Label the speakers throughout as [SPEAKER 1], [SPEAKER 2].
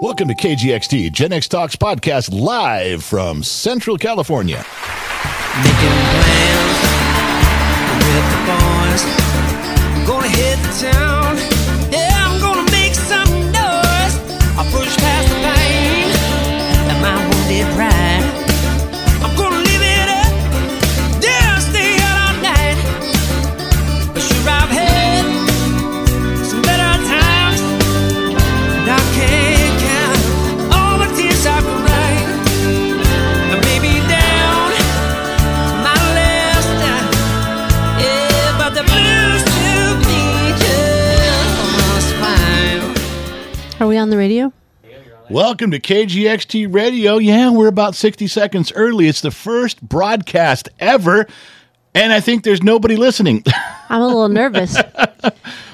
[SPEAKER 1] Welcome to KGXT, Gen X Talks podcast, live from Central California.
[SPEAKER 2] Making plans with the boys. I'm gonna hit town. Yeah, I'm gonna make some noise. I push past the pain and my wounded pride. I'm gonna live it up. Yeah, I'll stay out all night. But sure, I've had some better times. And I can't count all the tears I've cried. And maybe down. My last time, yeah, but the blues to me just fine.
[SPEAKER 3] Are we on the radio?
[SPEAKER 1] Welcome to KGXT Radio. Yeah, we're about 60 seconds early. It's the first broadcast ever, and I think there's nobody listening.
[SPEAKER 3] I'm a little nervous.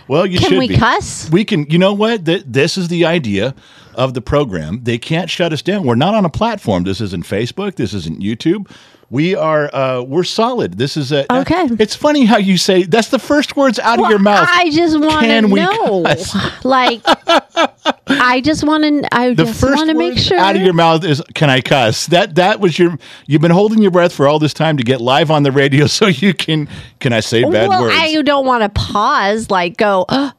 [SPEAKER 1] well, you
[SPEAKER 3] Can
[SPEAKER 1] should
[SPEAKER 3] we
[SPEAKER 1] be.
[SPEAKER 3] cuss?
[SPEAKER 1] We can. You know what? Th- this is the idea of the program. They can't shut us down. We're not on a platform. This isn't Facebook. This isn't YouTube. We are. Uh, we're solid. This is a.
[SPEAKER 3] Okay.
[SPEAKER 1] It's funny how you say that's the first words out of your mouth.
[SPEAKER 3] I just want to
[SPEAKER 1] Can we
[SPEAKER 3] know.
[SPEAKER 1] cuss?
[SPEAKER 3] Like, I just want to. I
[SPEAKER 1] The
[SPEAKER 3] just
[SPEAKER 1] first
[SPEAKER 3] want to
[SPEAKER 1] words
[SPEAKER 3] make sure.
[SPEAKER 1] out of your mouth is "Can I cuss?" That that was your. You've been holding your breath for all this time to get live on the radio, so you can. Can I say bad
[SPEAKER 3] well,
[SPEAKER 1] words?
[SPEAKER 3] I uh, don't want to pause. Like, go. "Ugh."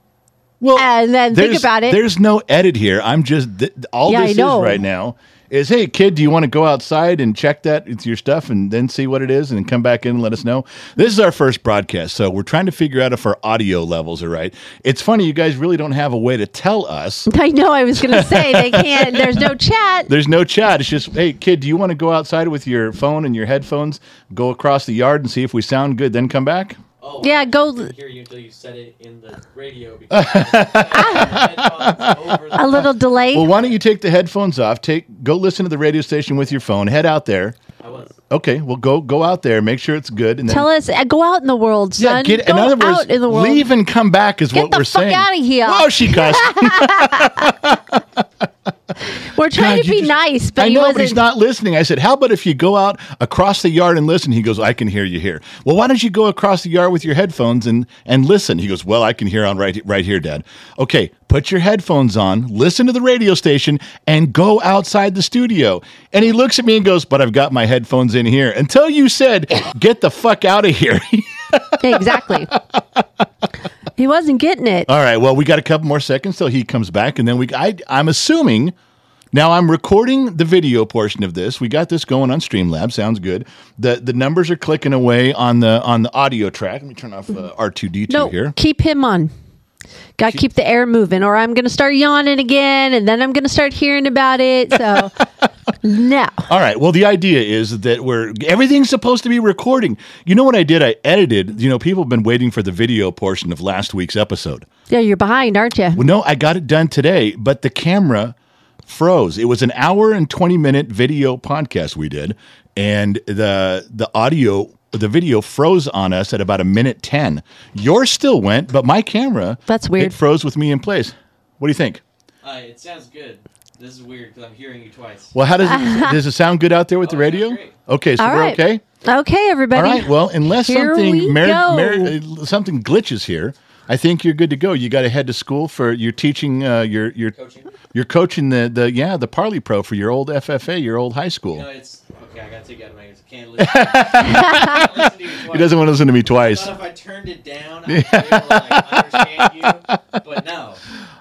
[SPEAKER 1] well,
[SPEAKER 3] and then think
[SPEAKER 1] there's-
[SPEAKER 3] about it.
[SPEAKER 1] There's no edit here. I'm just th- all
[SPEAKER 3] Yeah, I
[SPEAKER 1] this is
[SPEAKER 3] know.
[SPEAKER 1] right now is hey kid, do you want to go outside and check that it's your stuff and then see what it is and then come back in and let us know. This is our first broadcast, so we're trying to figure out if our audio levels are right. It's funny you guys really don't have a way to tell us.
[SPEAKER 3] I know. I was going to say they can't. There's no chat.
[SPEAKER 1] There's no chat. It's just, hey, kid, do you want to go outside with your phone and your headphones, go across the yard and see if we sound good, then come back?
[SPEAKER 4] Oh,
[SPEAKER 3] Yeah, go-
[SPEAKER 4] I didn't hear you until you said it in the radio. Because I had the headphones over the-
[SPEAKER 3] A little delay.
[SPEAKER 1] Well, why don't you take the headphones off? Take go listen to the radio station with your phone. Head out there.
[SPEAKER 4] I was.
[SPEAKER 1] Okay, well go go out there, make sure it's good, and then
[SPEAKER 3] Tell us. uh, Go out in the world, son.
[SPEAKER 1] get
[SPEAKER 3] go
[SPEAKER 1] in other words,
[SPEAKER 3] out in the world.
[SPEAKER 1] leave and come back is
[SPEAKER 3] Get
[SPEAKER 1] what
[SPEAKER 3] the
[SPEAKER 1] we're
[SPEAKER 3] fuck
[SPEAKER 1] saying.
[SPEAKER 3] outta here.
[SPEAKER 1] Whoa, she cussed.
[SPEAKER 3] We're trying
[SPEAKER 1] God,
[SPEAKER 3] to
[SPEAKER 1] you just-
[SPEAKER 3] be nice, but
[SPEAKER 1] I
[SPEAKER 3] he
[SPEAKER 1] know,
[SPEAKER 3] wasn't.
[SPEAKER 1] but he's not listening. I said, "How about if you go out across the yard and listen?" He goes, "I can hear you here." Well, why don't you go across the yard with your headphones and and listen? He goes, "Well, I can hear on right right here, Dad." Okay, put your headphones on, listen to the radio station, and go outside the studio. And he looks at me and goes, "But I've got my headphones in here." Until you said, "Get the fuck out of here."
[SPEAKER 3] exactly. he wasn't getting it.
[SPEAKER 1] All right. Well, we got a couple more seconds till he comes back, and then we. I, I'm assuming. Now I'm recording the video portion of this. We got this going on Streamlabs. Sounds good. the The numbers are clicking away on the on the audio track. Let me turn off uh, R2D2
[SPEAKER 3] No,
[SPEAKER 1] here.
[SPEAKER 3] keep him on. Got to keep the air moving, or I'm going to start yawning again, and then I'm going to start hearing about it. So, no.
[SPEAKER 1] All right. Well, the idea is that we're everything's supposed to be recording. You know what I did? I edited. You know, people have been waiting for the video portion of last week's episode.
[SPEAKER 3] Yeah, you're behind, aren't you?
[SPEAKER 1] Well, no, I got it done today, but the camera froze. It was an hour and 20 minute video podcast we did, and the the audio the video froze on us at about a minute 10. Yours still went, but my camera
[SPEAKER 3] That's weird.
[SPEAKER 1] It froze with me in place. What do you think?
[SPEAKER 4] Uh, it sounds good. This is weird because I'm hearing you twice.
[SPEAKER 1] Well, how does it, does it sound good out there with the
[SPEAKER 4] Oh, it sounds
[SPEAKER 1] radio?
[SPEAKER 4] great.
[SPEAKER 1] Okay, so
[SPEAKER 3] All
[SPEAKER 1] we're
[SPEAKER 3] right.
[SPEAKER 1] okay.
[SPEAKER 3] Okay, everybody.
[SPEAKER 1] All right. Well, unless
[SPEAKER 3] Here we
[SPEAKER 1] something mer-
[SPEAKER 3] go.
[SPEAKER 1] mer- uh, something glitches here, I think you're good to go. You got to head to school for your teaching. Uh, your your
[SPEAKER 4] Coaching?
[SPEAKER 1] You're coaching the the yeah the Parley Pro for your old FFA, your old high school.
[SPEAKER 4] No, it's okay. I gotta take it out of my ears. I can't listen. I can't listen to you
[SPEAKER 1] he
[SPEAKER 4] twice.
[SPEAKER 1] doesn't want to listen to me
[SPEAKER 4] I
[SPEAKER 1] twice.
[SPEAKER 4] thought if I turned it down, I would be able to like, understand you. But no.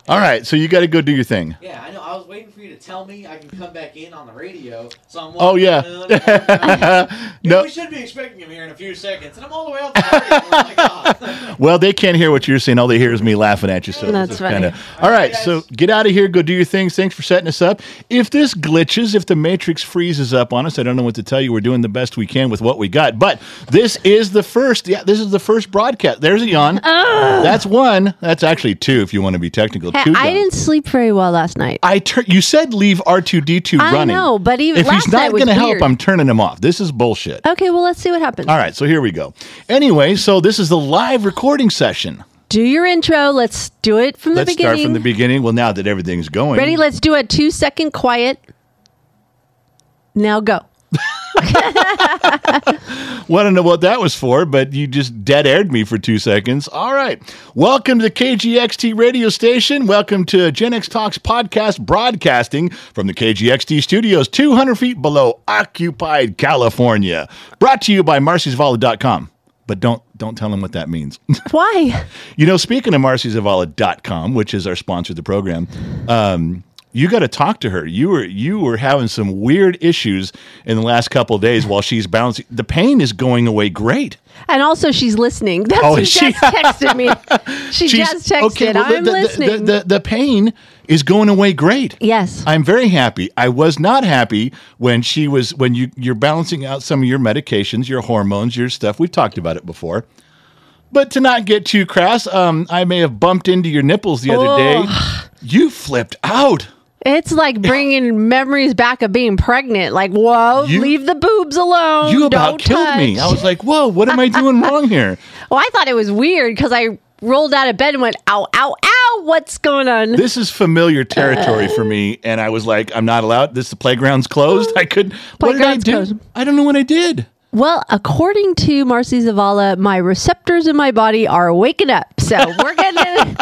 [SPEAKER 1] All right, so you got to go do your thing.
[SPEAKER 4] Yeah, I know. I was waiting for you to tell me I can come back in on the radio. So I'm.
[SPEAKER 1] Oh
[SPEAKER 4] walking
[SPEAKER 1] yeah.
[SPEAKER 4] around and walking around.
[SPEAKER 1] no,
[SPEAKER 4] We should be expecting him here in a few seconds, and I'm all the way out. The party. oh my god!
[SPEAKER 1] well they can't hear what you're saying. All they hear is me laughing at you. So
[SPEAKER 3] That's
[SPEAKER 1] it's
[SPEAKER 3] funny.
[SPEAKER 1] kinda- All right, so get out of here. Go do your things. Thanks for setting us up. If this glitches, if the matrix freezes up on us, I don't know what to tell you. We're doing the best we can with what we got. But this is the first. Yeah, this is the first broadcast. There's a yawn. That's one. That's actually two. If you want to be technical,
[SPEAKER 3] Oh. Hey,
[SPEAKER 1] two.
[SPEAKER 3] I
[SPEAKER 1] yawns.
[SPEAKER 3] didn't sleep very well last night.
[SPEAKER 1] I tur- you said leave R two D two
[SPEAKER 3] I
[SPEAKER 1] running.
[SPEAKER 3] know, but even
[SPEAKER 1] if
[SPEAKER 3] last
[SPEAKER 1] he's not
[SPEAKER 3] night was
[SPEAKER 1] gonna help,
[SPEAKER 3] weird.
[SPEAKER 1] I'm turning him off. This is bullshit.
[SPEAKER 3] okay, well, let's see what happens.
[SPEAKER 1] All right, so here we go. Anyway, so this is the live recording session.
[SPEAKER 3] Do your intro. Let's do it from
[SPEAKER 1] Let's
[SPEAKER 3] the beginning.
[SPEAKER 1] start from the beginning. Well, now that everything's going,
[SPEAKER 3] Ready? Let's do a two second quiet. Now go.
[SPEAKER 1] Well, I don't know what that was for, but you just dead aired me for two seconds. All right. Welcome to the KGXT radio station. Welcome to Gen X Talks podcast broadcasting from the KGXT studios, 200 feet below occupied California. Brought to you by marcysvala.com. But don't don't tell them what that means.
[SPEAKER 3] Why?
[SPEAKER 1] you know, speaking of marcysvala.com, which is our sponsor of the program, um, you got to talk to her. You were you were having some weird issues in the last couple of days while she's bouncing. The pain is going away great.
[SPEAKER 3] And also, she's listening. That's
[SPEAKER 1] Oh,
[SPEAKER 3] what
[SPEAKER 1] is she?
[SPEAKER 3] just texted me. She
[SPEAKER 1] She's-
[SPEAKER 3] just texted.
[SPEAKER 1] well, the-
[SPEAKER 3] I'm
[SPEAKER 1] the, the-
[SPEAKER 3] listening.
[SPEAKER 1] The, the, the pain is going away great.
[SPEAKER 3] yes.
[SPEAKER 1] I'm very happy. I was not happy when she was when you you're balancing out some of your medications, your hormones, your stuff. We've talked about it before. But to not get too crass, um, I may have bumped into your nipples the other day. You flipped out.
[SPEAKER 3] it's like bringing memories back of being pregnant. Like, whoa,
[SPEAKER 1] You-
[SPEAKER 3] leave the boobs alone.
[SPEAKER 1] You about
[SPEAKER 3] Don't
[SPEAKER 1] killed
[SPEAKER 3] touch.
[SPEAKER 1] me. I was like, "Whoa, what am I doing wrong here?"
[SPEAKER 3] Well, I thought it was weird because I rolled out of bed and went, ow, ow, ow, what's going on?
[SPEAKER 1] This is familiar territory for me, and I was like, "I'm not allowed. This the playground's closed. I couldn't. What did I
[SPEAKER 3] Playground's
[SPEAKER 1] do?
[SPEAKER 3] closed.
[SPEAKER 1] I don't know what I did."
[SPEAKER 3] well, according to Marcy Zavala, my receptors in my body are waking up. So we're gonna,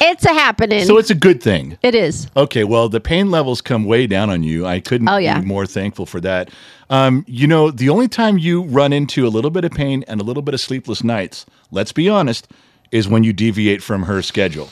[SPEAKER 3] it's a happening.
[SPEAKER 1] So it's a good thing.
[SPEAKER 3] it is.
[SPEAKER 1] Okay, well, the pain levels come way down on you. I couldn't
[SPEAKER 3] Oh, yeah.
[SPEAKER 1] be more thankful for that. Um, you know, the only time you run into a little bit of pain and a little bit of sleepless nights, let's be honest, is when you deviate from her schedule.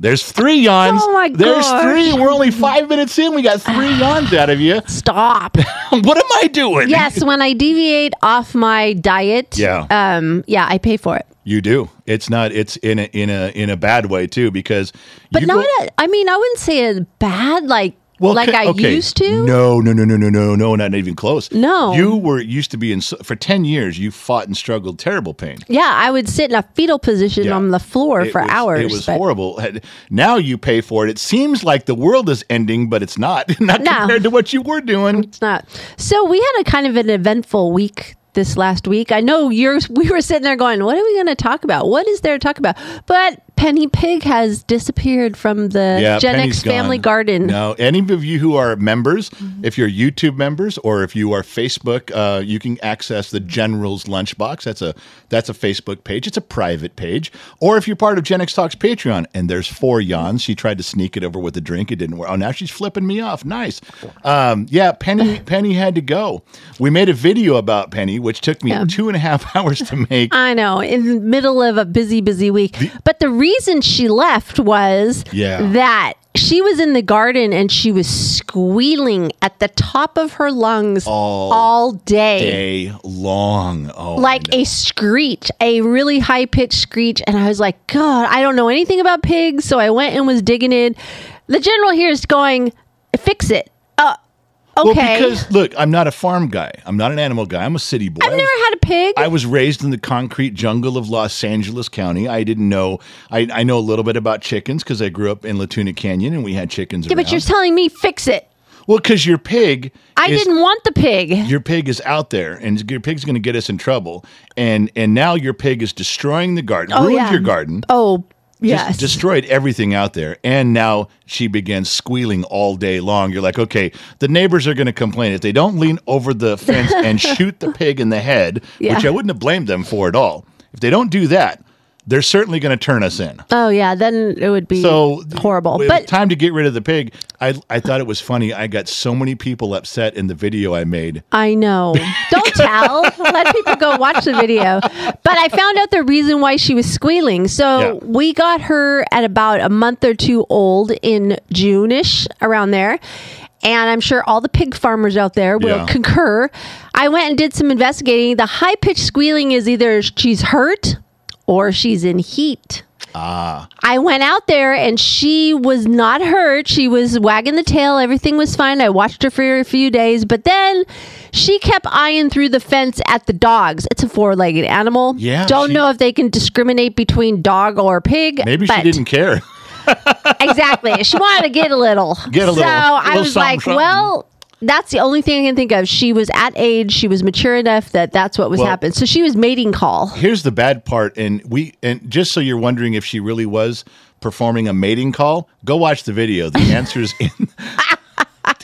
[SPEAKER 1] There's three yawns.
[SPEAKER 3] Oh, my
[SPEAKER 1] There's
[SPEAKER 3] gosh.
[SPEAKER 1] three. We're only five minutes in. We got three yawns out of you.
[SPEAKER 3] Stop.
[SPEAKER 1] what am I doing?
[SPEAKER 3] yes, when I deviate off my diet,
[SPEAKER 1] Yeah.
[SPEAKER 3] um, yeah, I pay for it.
[SPEAKER 1] You do. It's not. It's in a in a in a bad way too because.
[SPEAKER 3] But
[SPEAKER 1] you
[SPEAKER 3] not.
[SPEAKER 1] go-
[SPEAKER 3] a, I mean, I wouldn't say it's bad. Like, like
[SPEAKER 1] c-
[SPEAKER 3] I
[SPEAKER 1] okay.
[SPEAKER 3] used to.
[SPEAKER 1] No, no, no, no, no, no, no, not even close.
[SPEAKER 3] No.
[SPEAKER 1] you were used to be in s- for ten years. You fought and struggled terrible pain
[SPEAKER 3] Yeah, I would sit in a fetal position
[SPEAKER 1] Yeah.
[SPEAKER 3] on the floor
[SPEAKER 1] It
[SPEAKER 3] for
[SPEAKER 1] was-
[SPEAKER 3] hours.
[SPEAKER 1] It was
[SPEAKER 3] but-
[SPEAKER 1] horrible. Had- Now you pay for it. It seems like the world is ending, but it's not. Not
[SPEAKER 3] No.
[SPEAKER 1] compared to what you were doing.
[SPEAKER 3] It's not. So we had a kind of an eventful week this last week. I know you're. We were sitting there going, "What are we going to talk about? What is there to talk about?" But Penny Pig has disappeared from the Gen
[SPEAKER 1] Penny's
[SPEAKER 3] X Family
[SPEAKER 1] gone.
[SPEAKER 3] Garden. Mm-hmm.
[SPEAKER 1] No, any of you who are members, if you're YouTube members or if you are Facebook, uh, you can access the General's Lunchbox. That's a that's a Facebook page. It's a private page. Or if you're part of Gen X Talks Patreon, and there's four yawns. She tried to sneak it over with a drink. It didn't work. Oh, now she's flipping me off. Nice. Um, yeah, Penny Penny had to go. We made a video about Penny, which took me two and a half hours to make.
[SPEAKER 3] I know, in the middle of a busy, busy week. but the reason she left was
[SPEAKER 1] Yeah.
[SPEAKER 3] that she was in the garden and she was squealing at the top of her lungs all, day.
[SPEAKER 1] Day long. Oh,
[SPEAKER 3] Like a screech, a really high pitched screech. And I was like, God, I don't know anything about pigs. So I went and was digging in. The general here is going, fix it. Uh,
[SPEAKER 1] Well,
[SPEAKER 3] okay.
[SPEAKER 1] because look, I'm not a farm guy. I'm not an animal guy. I'm a city boy. I
[SPEAKER 3] I've
[SPEAKER 1] was-
[SPEAKER 3] never had a pig.
[SPEAKER 1] I was raised in the concrete jungle of Los Angeles County. I didn't know. I, I know a little bit about chickens because I grew up in Latuna Canyon and we had chickens.
[SPEAKER 3] yeah, but
[SPEAKER 1] around.
[SPEAKER 3] you're telling me fix it.
[SPEAKER 1] well because your pig.
[SPEAKER 3] I
[SPEAKER 1] is-
[SPEAKER 3] didn't want the pig.
[SPEAKER 1] Your pig is out there, and your pig's going to get us in trouble. And and now your pig is destroying the garden, ruined
[SPEAKER 3] yeah.
[SPEAKER 1] your garden,
[SPEAKER 3] Oh,
[SPEAKER 1] just
[SPEAKER 3] yes.
[SPEAKER 1] destroyed everything out there. And now she begins squealing all day long. You're like, okay, the neighbors are going to complain if they don't lean over the fence and shoot the pig in the head,
[SPEAKER 3] Yeah.
[SPEAKER 1] which I wouldn't have blamed them for at all. If they don't do that, they're certainly going to turn us in.
[SPEAKER 3] Oh yeah, then it would be
[SPEAKER 1] So
[SPEAKER 3] horrible.
[SPEAKER 1] it was
[SPEAKER 3] But
[SPEAKER 1] time to get rid of the pig. I I thought it was funny. I got so many people upset in the video I made.
[SPEAKER 3] I know. Don't tell. Let people go watch the video. But I found out the reason why she was squealing. So
[SPEAKER 1] Yeah.
[SPEAKER 3] we got her at about a month or two old in June-ish around there. And I'm sure all the pig farmers out there will
[SPEAKER 1] Yeah.
[SPEAKER 3] concur. I went and did some investigating. The high pitched squealing is either she's hurt or she's in heat. I went out there and she was not hurt. She was wagging the tail. Everything was fine. I watched her for a few days, but then she kept eyeing through the fence at the dogs. It's a four legged animal.
[SPEAKER 1] Yeah,
[SPEAKER 3] Don't
[SPEAKER 1] she-
[SPEAKER 3] know if they can discriminate between dog or pig.
[SPEAKER 1] Maybe
[SPEAKER 3] but
[SPEAKER 1] she didn't care.
[SPEAKER 3] exactly. She wanted to get a little.
[SPEAKER 1] Get a little-
[SPEAKER 3] So I
[SPEAKER 1] little
[SPEAKER 3] was
[SPEAKER 1] something,
[SPEAKER 3] like,
[SPEAKER 1] something.
[SPEAKER 3] well, that's the only thing I can think of. She was at age, she was mature enough that that's what was
[SPEAKER 1] Well-
[SPEAKER 3] happening. So she was mating call.
[SPEAKER 1] here's the bad part and we and just so you're wondering if she really was performing a mating call go watch the video the answer's in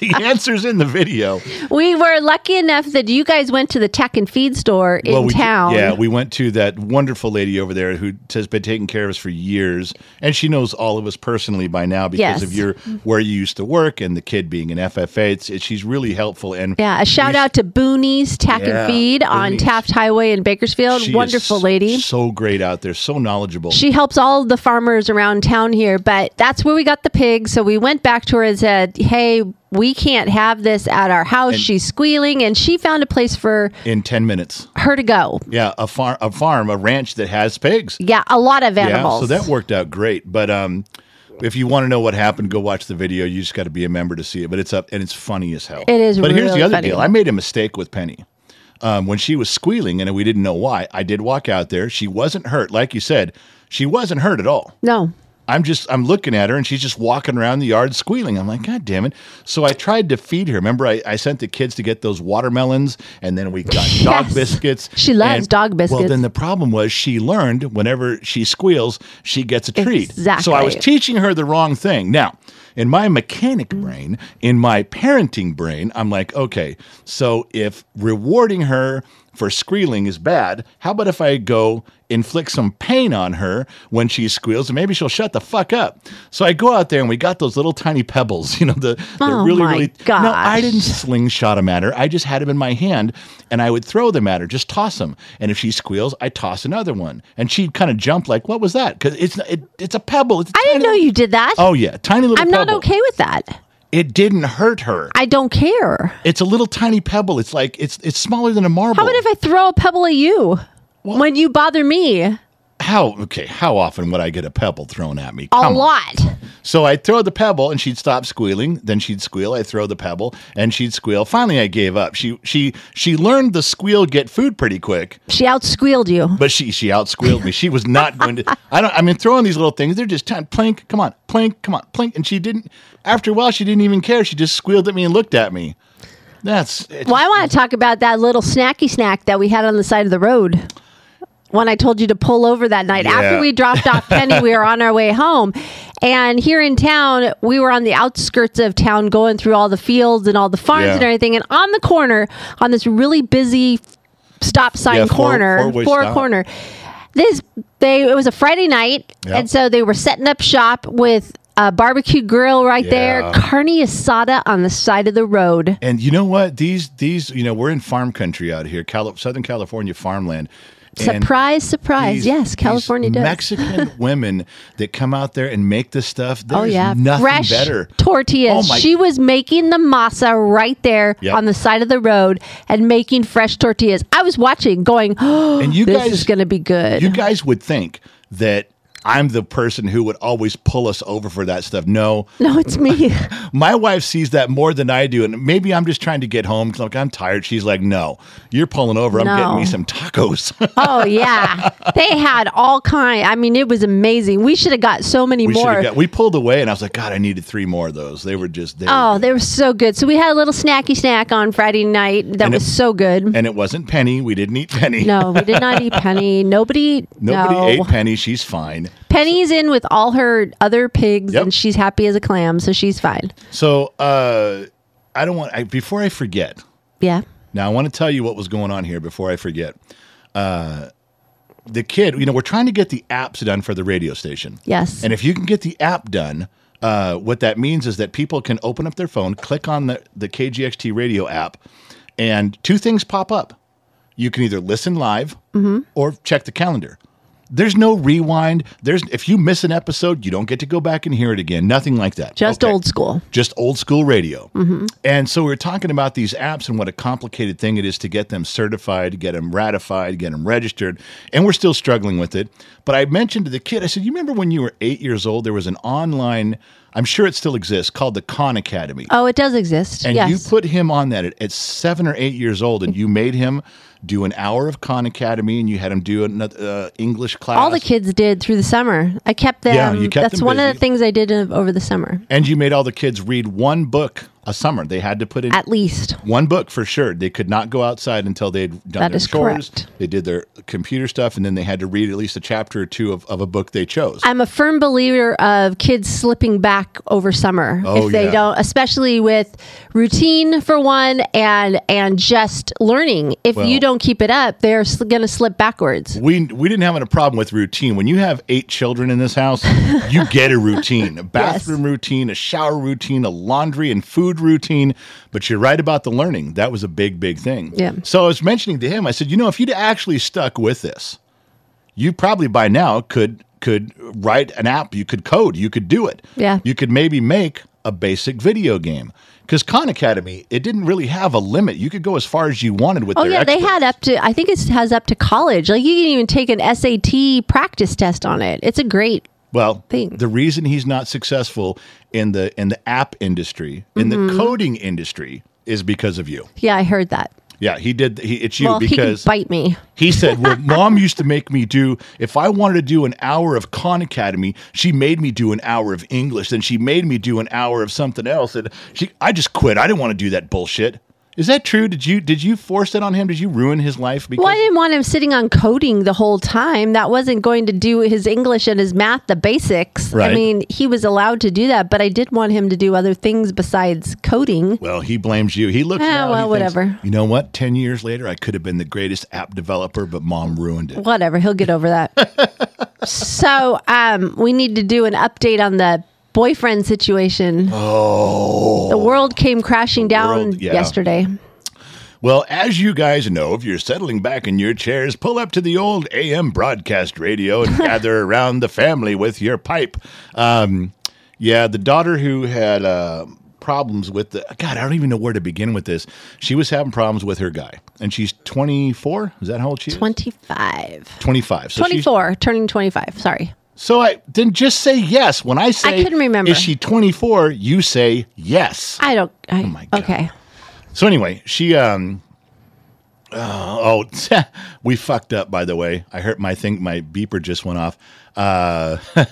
[SPEAKER 1] the answer's in the video.
[SPEAKER 3] We were lucky enough that you guys went to the tech and feed store in
[SPEAKER 1] we,
[SPEAKER 3] town.
[SPEAKER 1] Yeah, we went to that wonderful lady over there who has been taking care of us for years, and she knows all of us personally by now because
[SPEAKER 3] Yes.
[SPEAKER 1] of your where you used to work and the kid being an FFA. It's, it, she's really helpful and
[SPEAKER 3] Yeah, a shout
[SPEAKER 1] we-
[SPEAKER 3] out to Boonies Tack
[SPEAKER 1] Yeah,
[SPEAKER 3] and Feed on
[SPEAKER 1] Boonies.
[SPEAKER 3] Taft Highway in Bakersfield.
[SPEAKER 1] she is
[SPEAKER 3] Wonderful lady.
[SPEAKER 1] so great out there, so knowledgeable.
[SPEAKER 3] She helps all the farmers around town here, but that's where we got the pig. So we went back to her and said, "Hey, we can't have this at our house.
[SPEAKER 1] And-
[SPEAKER 3] She's squealing." And she found a place for
[SPEAKER 1] in ten minutes,
[SPEAKER 3] her to go.
[SPEAKER 1] yeah, a farm, a farm, a ranch that has pigs.
[SPEAKER 3] Yeah, a lot of animals.
[SPEAKER 1] Yeah, so that worked out great. But um, if you want to know what happened, go watch the video. You just got to be a member to see it. But it's up and it's funny as hell.
[SPEAKER 3] It is
[SPEAKER 1] But here's
[SPEAKER 3] really
[SPEAKER 1] the other
[SPEAKER 3] funny.
[SPEAKER 1] deal. I made a mistake with Penny. Um, when she was squealing and we didn't know why, I did walk out there. She wasn't hurt, like you said. She wasn't hurt at all.
[SPEAKER 3] no.
[SPEAKER 1] I'm just I'm looking at her and she's just walking around the yard squealing. I'm like, God damn it. So I tried to feed her. Remember, I, I sent the kids to get those watermelons and then we got dog
[SPEAKER 3] Yes.
[SPEAKER 1] biscuits.
[SPEAKER 3] She loves
[SPEAKER 1] And-
[SPEAKER 3] dog
[SPEAKER 1] Well
[SPEAKER 3] biscuits.
[SPEAKER 1] then the problem was she learned whenever she squeals, she gets a treat. So I was
[SPEAKER 3] Exactly.
[SPEAKER 1] teaching her the wrong thing. Now, in my mechanic brain, in my parenting brain, I'm like, okay, so if rewarding her for squealing is bad, how about if I go inflict some pain on her when she squeals and maybe she'll shut the fuck up? So I go out there and we got those little tiny pebbles, you know, the, the
[SPEAKER 3] Oh
[SPEAKER 1] really,
[SPEAKER 3] my
[SPEAKER 1] really. No, I
[SPEAKER 3] gosh.
[SPEAKER 1] didn't slingshot them at her. I just had them in my hand and I would throw them at her, just toss them. And if she squeals, I toss another one. And she'd kind of jump like, what was that? Because it's, it, it's a pebble. It's a
[SPEAKER 3] I didn't
[SPEAKER 1] tiny-
[SPEAKER 3] know you did that.
[SPEAKER 1] Oh, yeah. Tiny little
[SPEAKER 3] I'm not
[SPEAKER 1] pebble.
[SPEAKER 3] okay with that.
[SPEAKER 1] It didn't hurt her.
[SPEAKER 3] I don't care.
[SPEAKER 1] It's a little tiny pebble. It's like, it's it's smaller than a marble.
[SPEAKER 3] How about if I throw a pebble at you when you bother me?
[SPEAKER 1] How, okay, how often would I get a pebble thrown at me?
[SPEAKER 3] A
[SPEAKER 1] Come on.
[SPEAKER 3] lot.
[SPEAKER 1] So I'd throw the pebble and she'd stop squealing. Then she'd squeal. I'd throw the pebble and she'd squeal. Finally, I gave up. She, she, she learned the squeal get food pretty quick.
[SPEAKER 3] She outsquealed you.
[SPEAKER 1] But she she outsquealed me. She was not going to. I don't. I mean, throwing these little things. They're just time. Plink. Come on. Plink. Come on. Plink. And she didn't. After a while, she didn't even care. She just squealed at me and looked at me. That's it-
[SPEAKER 3] Well, I want to talk about that little snacky snack that we had on the side of the road. When I told you to pull over that night
[SPEAKER 1] Yeah.
[SPEAKER 3] after we dropped off Penny, we were on our way home. And here in town, we were on the outskirts of town going through all the fields and all the farms
[SPEAKER 1] Yeah.
[SPEAKER 3] and everything. And on the corner, on this really busy stop sign
[SPEAKER 1] Yeah, four-
[SPEAKER 3] corner,
[SPEAKER 1] four-way
[SPEAKER 3] four
[SPEAKER 1] stop.
[SPEAKER 3] corner, this they it was a Friday night,
[SPEAKER 1] Yeah.
[SPEAKER 3] and so they were setting up shop with a barbecue grill right
[SPEAKER 1] Yeah.
[SPEAKER 3] there, carne asada on the side of the road.
[SPEAKER 1] And you know what? These these you know we're in farm country out here, Cali- Southern California farmland. And
[SPEAKER 3] Surprise, surprise.
[SPEAKER 1] these-
[SPEAKER 3] yes,
[SPEAKER 1] these
[SPEAKER 3] California does.
[SPEAKER 1] Mexican women that come out there and make this stuff. There's
[SPEAKER 3] oh, yeah.
[SPEAKER 1] nothing
[SPEAKER 3] Fresh
[SPEAKER 1] better.
[SPEAKER 3] tortillas.
[SPEAKER 1] Oh, my-
[SPEAKER 3] she was making the masa right there
[SPEAKER 1] Yep.
[SPEAKER 3] on the side of the road and making fresh tortillas. I was watching, going, oh,
[SPEAKER 1] And you
[SPEAKER 3] this
[SPEAKER 1] guys-
[SPEAKER 3] is going to be good.
[SPEAKER 1] You guys would think that I'm the person who would always pull us over for that stuff. No,
[SPEAKER 3] no, it's me.
[SPEAKER 1] my wife sees that more than I do, and maybe I'm just trying to get home because like I'm tired. She's like, "No, you're pulling over. I'm getting
[SPEAKER 3] No.
[SPEAKER 1] me some tacos."
[SPEAKER 3] oh, yeah. They had all kind. I mean, it was amazing. We should have got so many
[SPEAKER 1] we should
[SPEAKER 3] more.
[SPEAKER 1] got. We pulled away, and I was like, "God, I needed three more of those. They were just there."
[SPEAKER 3] Oh, they were so good. So we had a little snacky snack on Friday night. That
[SPEAKER 1] And it-
[SPEAKER 3] was so good.
[SPEAKER 1] and it wasn't Penny. We didn't eat Penny.
[SPEAKER 3] No, we did not eat Penny. Nobody,
[SPEAKER 1] Nobody
[SPEAKER 3] no.
[SPEAKER 1] ate Penny. She's fine.
[SPEAKER 3] Penny's in with all her other pigs,
[SPEAKER 1] Yep.
[SPEAKER 3] and she's happy as a clam, so she's fine.
[SPEAKER 1] So uh, I don't want. I, before I forget,
[SPEAKER 3] Yeah.
[SPEAKER 1] Now I want to tell you what was going on here before I forget. Uh, the kid, you know, we're trying to get the apps done for the radio station.
[SPEAKER 3] Yes.
[SPEAKER 1] And if you can get the app done, uh, what that means is that people can open up their phone, click on the the KGXT radio app, and two things pop up. You can either listen live
[SPEAKER 3] Mm-hmm.
[SPEAKER 1] or check the calendar. There's no rewind. There's if you miss an episode, you don't get to go back and hear it again. Nothing like that.
[SPEAKER 3] Just
[SPEAKER 1] Okay
[SPEAKER 3] old school.
[SPEAKER 1] just old school radio.
[SPEAKER 3] Mm-hmm.
[SPEAKER 1] And so we were talking about these apps and what a complicated thing it is to get them certified, get them ratified, get them registered. And we're still struggling with it. But I mentioned to the kid, I said, You remember when you were eight years old, there was an online, I'm sure it still exists, called the Khan Academy.
[SPEAKER 3] Oh, it does exist.
[SPEAKER 1] And
[SPEAKER 3] yes.
[SPEAKER 1] you put him on that at, at seven or eight years old, and you made him do an hour of Khan Academy, and you had him do an uh, English class.
[SPEAKER 3] all the kids did through the summer. I kept them.
[SPEAKER 1] Yeah, you kept
[SPEAKER 3] that's
[SPEAKER 1] them
[SPEAKER 3] one of
[SPEAKER 1] busy.
[SPEAKER 3] the things I did of- over the summer.
[SPEAKER 1] and you made all the kids read one book a summer. They had to put in
[SPEAKER 3] at least.
[SPEAKER 1] one book for sure. They could not go outside until they had done
[SPEAKER 3] That
[SPEAKER 1] their
[SPEAKER 3] is
[SPEAKER 1] chores.
[SPEAKER 3] correct.
[SPEAKER 1] They did their computer stuff, and then they had to read at least a chapter or two of, of a book they chose.
[SPEAKER 3] I'm a firm believer of kids slipping back over summer
[SPEAKER 1] Oh,
[SPEAKER 3] if they
[SPEAKER 1] yeah.
[SPEAKER 3] don't, especially with routine for one and and just learning. If
[SPEAKER 1] Well-
[SPEAKER 3] you don't keep it up, they're sl- going to slip backwards.
[SPEAKER 1] we we didn't have a problem with routine. When you have eight children in this house, you get a routine, a bathroom routine, a shower routine, a laundry and food routine. But you're right about the learning. That was a big, big thing.
[SPEAKER 3] Yeah.
[SPEAKER 1] So I was mentioning to him, I said, you know, if you'd actually stuck with this, you probably by now could could write an app, you could code, you could do it.
[SPEAKER 3] Yeah.
[SPEAKER 1] You could maybe make a basic video game. Because Khan Academy, it didn't really have a limit. You could go as far as you wanted with
[SPEAKER 3] Oh
[SPEAKER 1] their
[SPEAKER 3] yeah, they
[SPEAKER 1] experts.
[SPEAKER 3] had up to I think it has up to college. Like you can even take an SAT practice test on it. It's a great
[SPEAKER 1] Well,
[SPEAKER 3] thing.
[SPEAKER 1] the reason he's not successful in the in the app industry, in
[SPEAKER 3] Mm-hmm.
[SPEAKER 1] the coding industry, is because of you.
[SPEAKER 3] Yeah, I heard that.
[SPEAKER 1] Yeah, he did. He, it's you
[SPEAKER 3] well, he can
[SPEAKER 1] because
[SPEAKER 3] bite me.
[SPEAKER 1] he said, "Well, mom used to make me do if I wanted to do an hour of Khan Academy, she made me do an hour of English, then she made me do an hour of something else, and she I just quit. I didn't want to do that bullshit." Is that true? Did you did you force that on him? Did you ruin his life? Because
[SPEAKER 3] Well, I didn't want him sitting on coding the whole time. That wasn't going to do his English and his math, the basics.
[SPEAKER 1] Right.
[SPEAKER 3] I mean, he was allowed to do that, but I did want him to do other things besides coding.
[SPEAKER 1] Well, he blames you. He looks.
[SPEAKER 3] Eh,
[SPEAKER 1] now, he
[SPEAKER 3] well,
[SPEAKER 1] thinks,
[SPEAKER 3] whatever.
[SPEAKER 1] you know what? Ten years later, I could have been the greatest app developer, but mom ruined it.
[SPEAKER 3] Whatever, he'll get over that. so, um, we need to do an update on the boyfriend situation. Oh. The world came crashing down
[SPEAKER 1] world, yeah.
[SPEAKER 3] yesterday.
[SPEAKER 1] Well, as you guys know, if you're settling back in your chairs, pull up to the old AM broadcast radio and gather around the family with your pipe. Um, yeah, the daughter who had uh, problems with the God, I don't even know where to begin with this. She was having problems with her guy, and she's 24. Is that how old she is?
[SPEAKER 3] 25.
[SPEAKER 1] 25. So she's-
[SPEAKER 3] 24, turning 25. Sorry.
[SPEAKER 1] So I then just say yes when I say
[SPEAKER 3] couldn't remember.
[SPEAKER 1] Is she 24? You say yes.
[SPEAKER 3] I don't. I, oh
[SPEAKER 1] my God.
[SPEAKER 3] Okay.
[SPEAKER 1] So anyway, she um oh, oh we fucked up by the way. I hurt my thing my beeper just went off. Uh,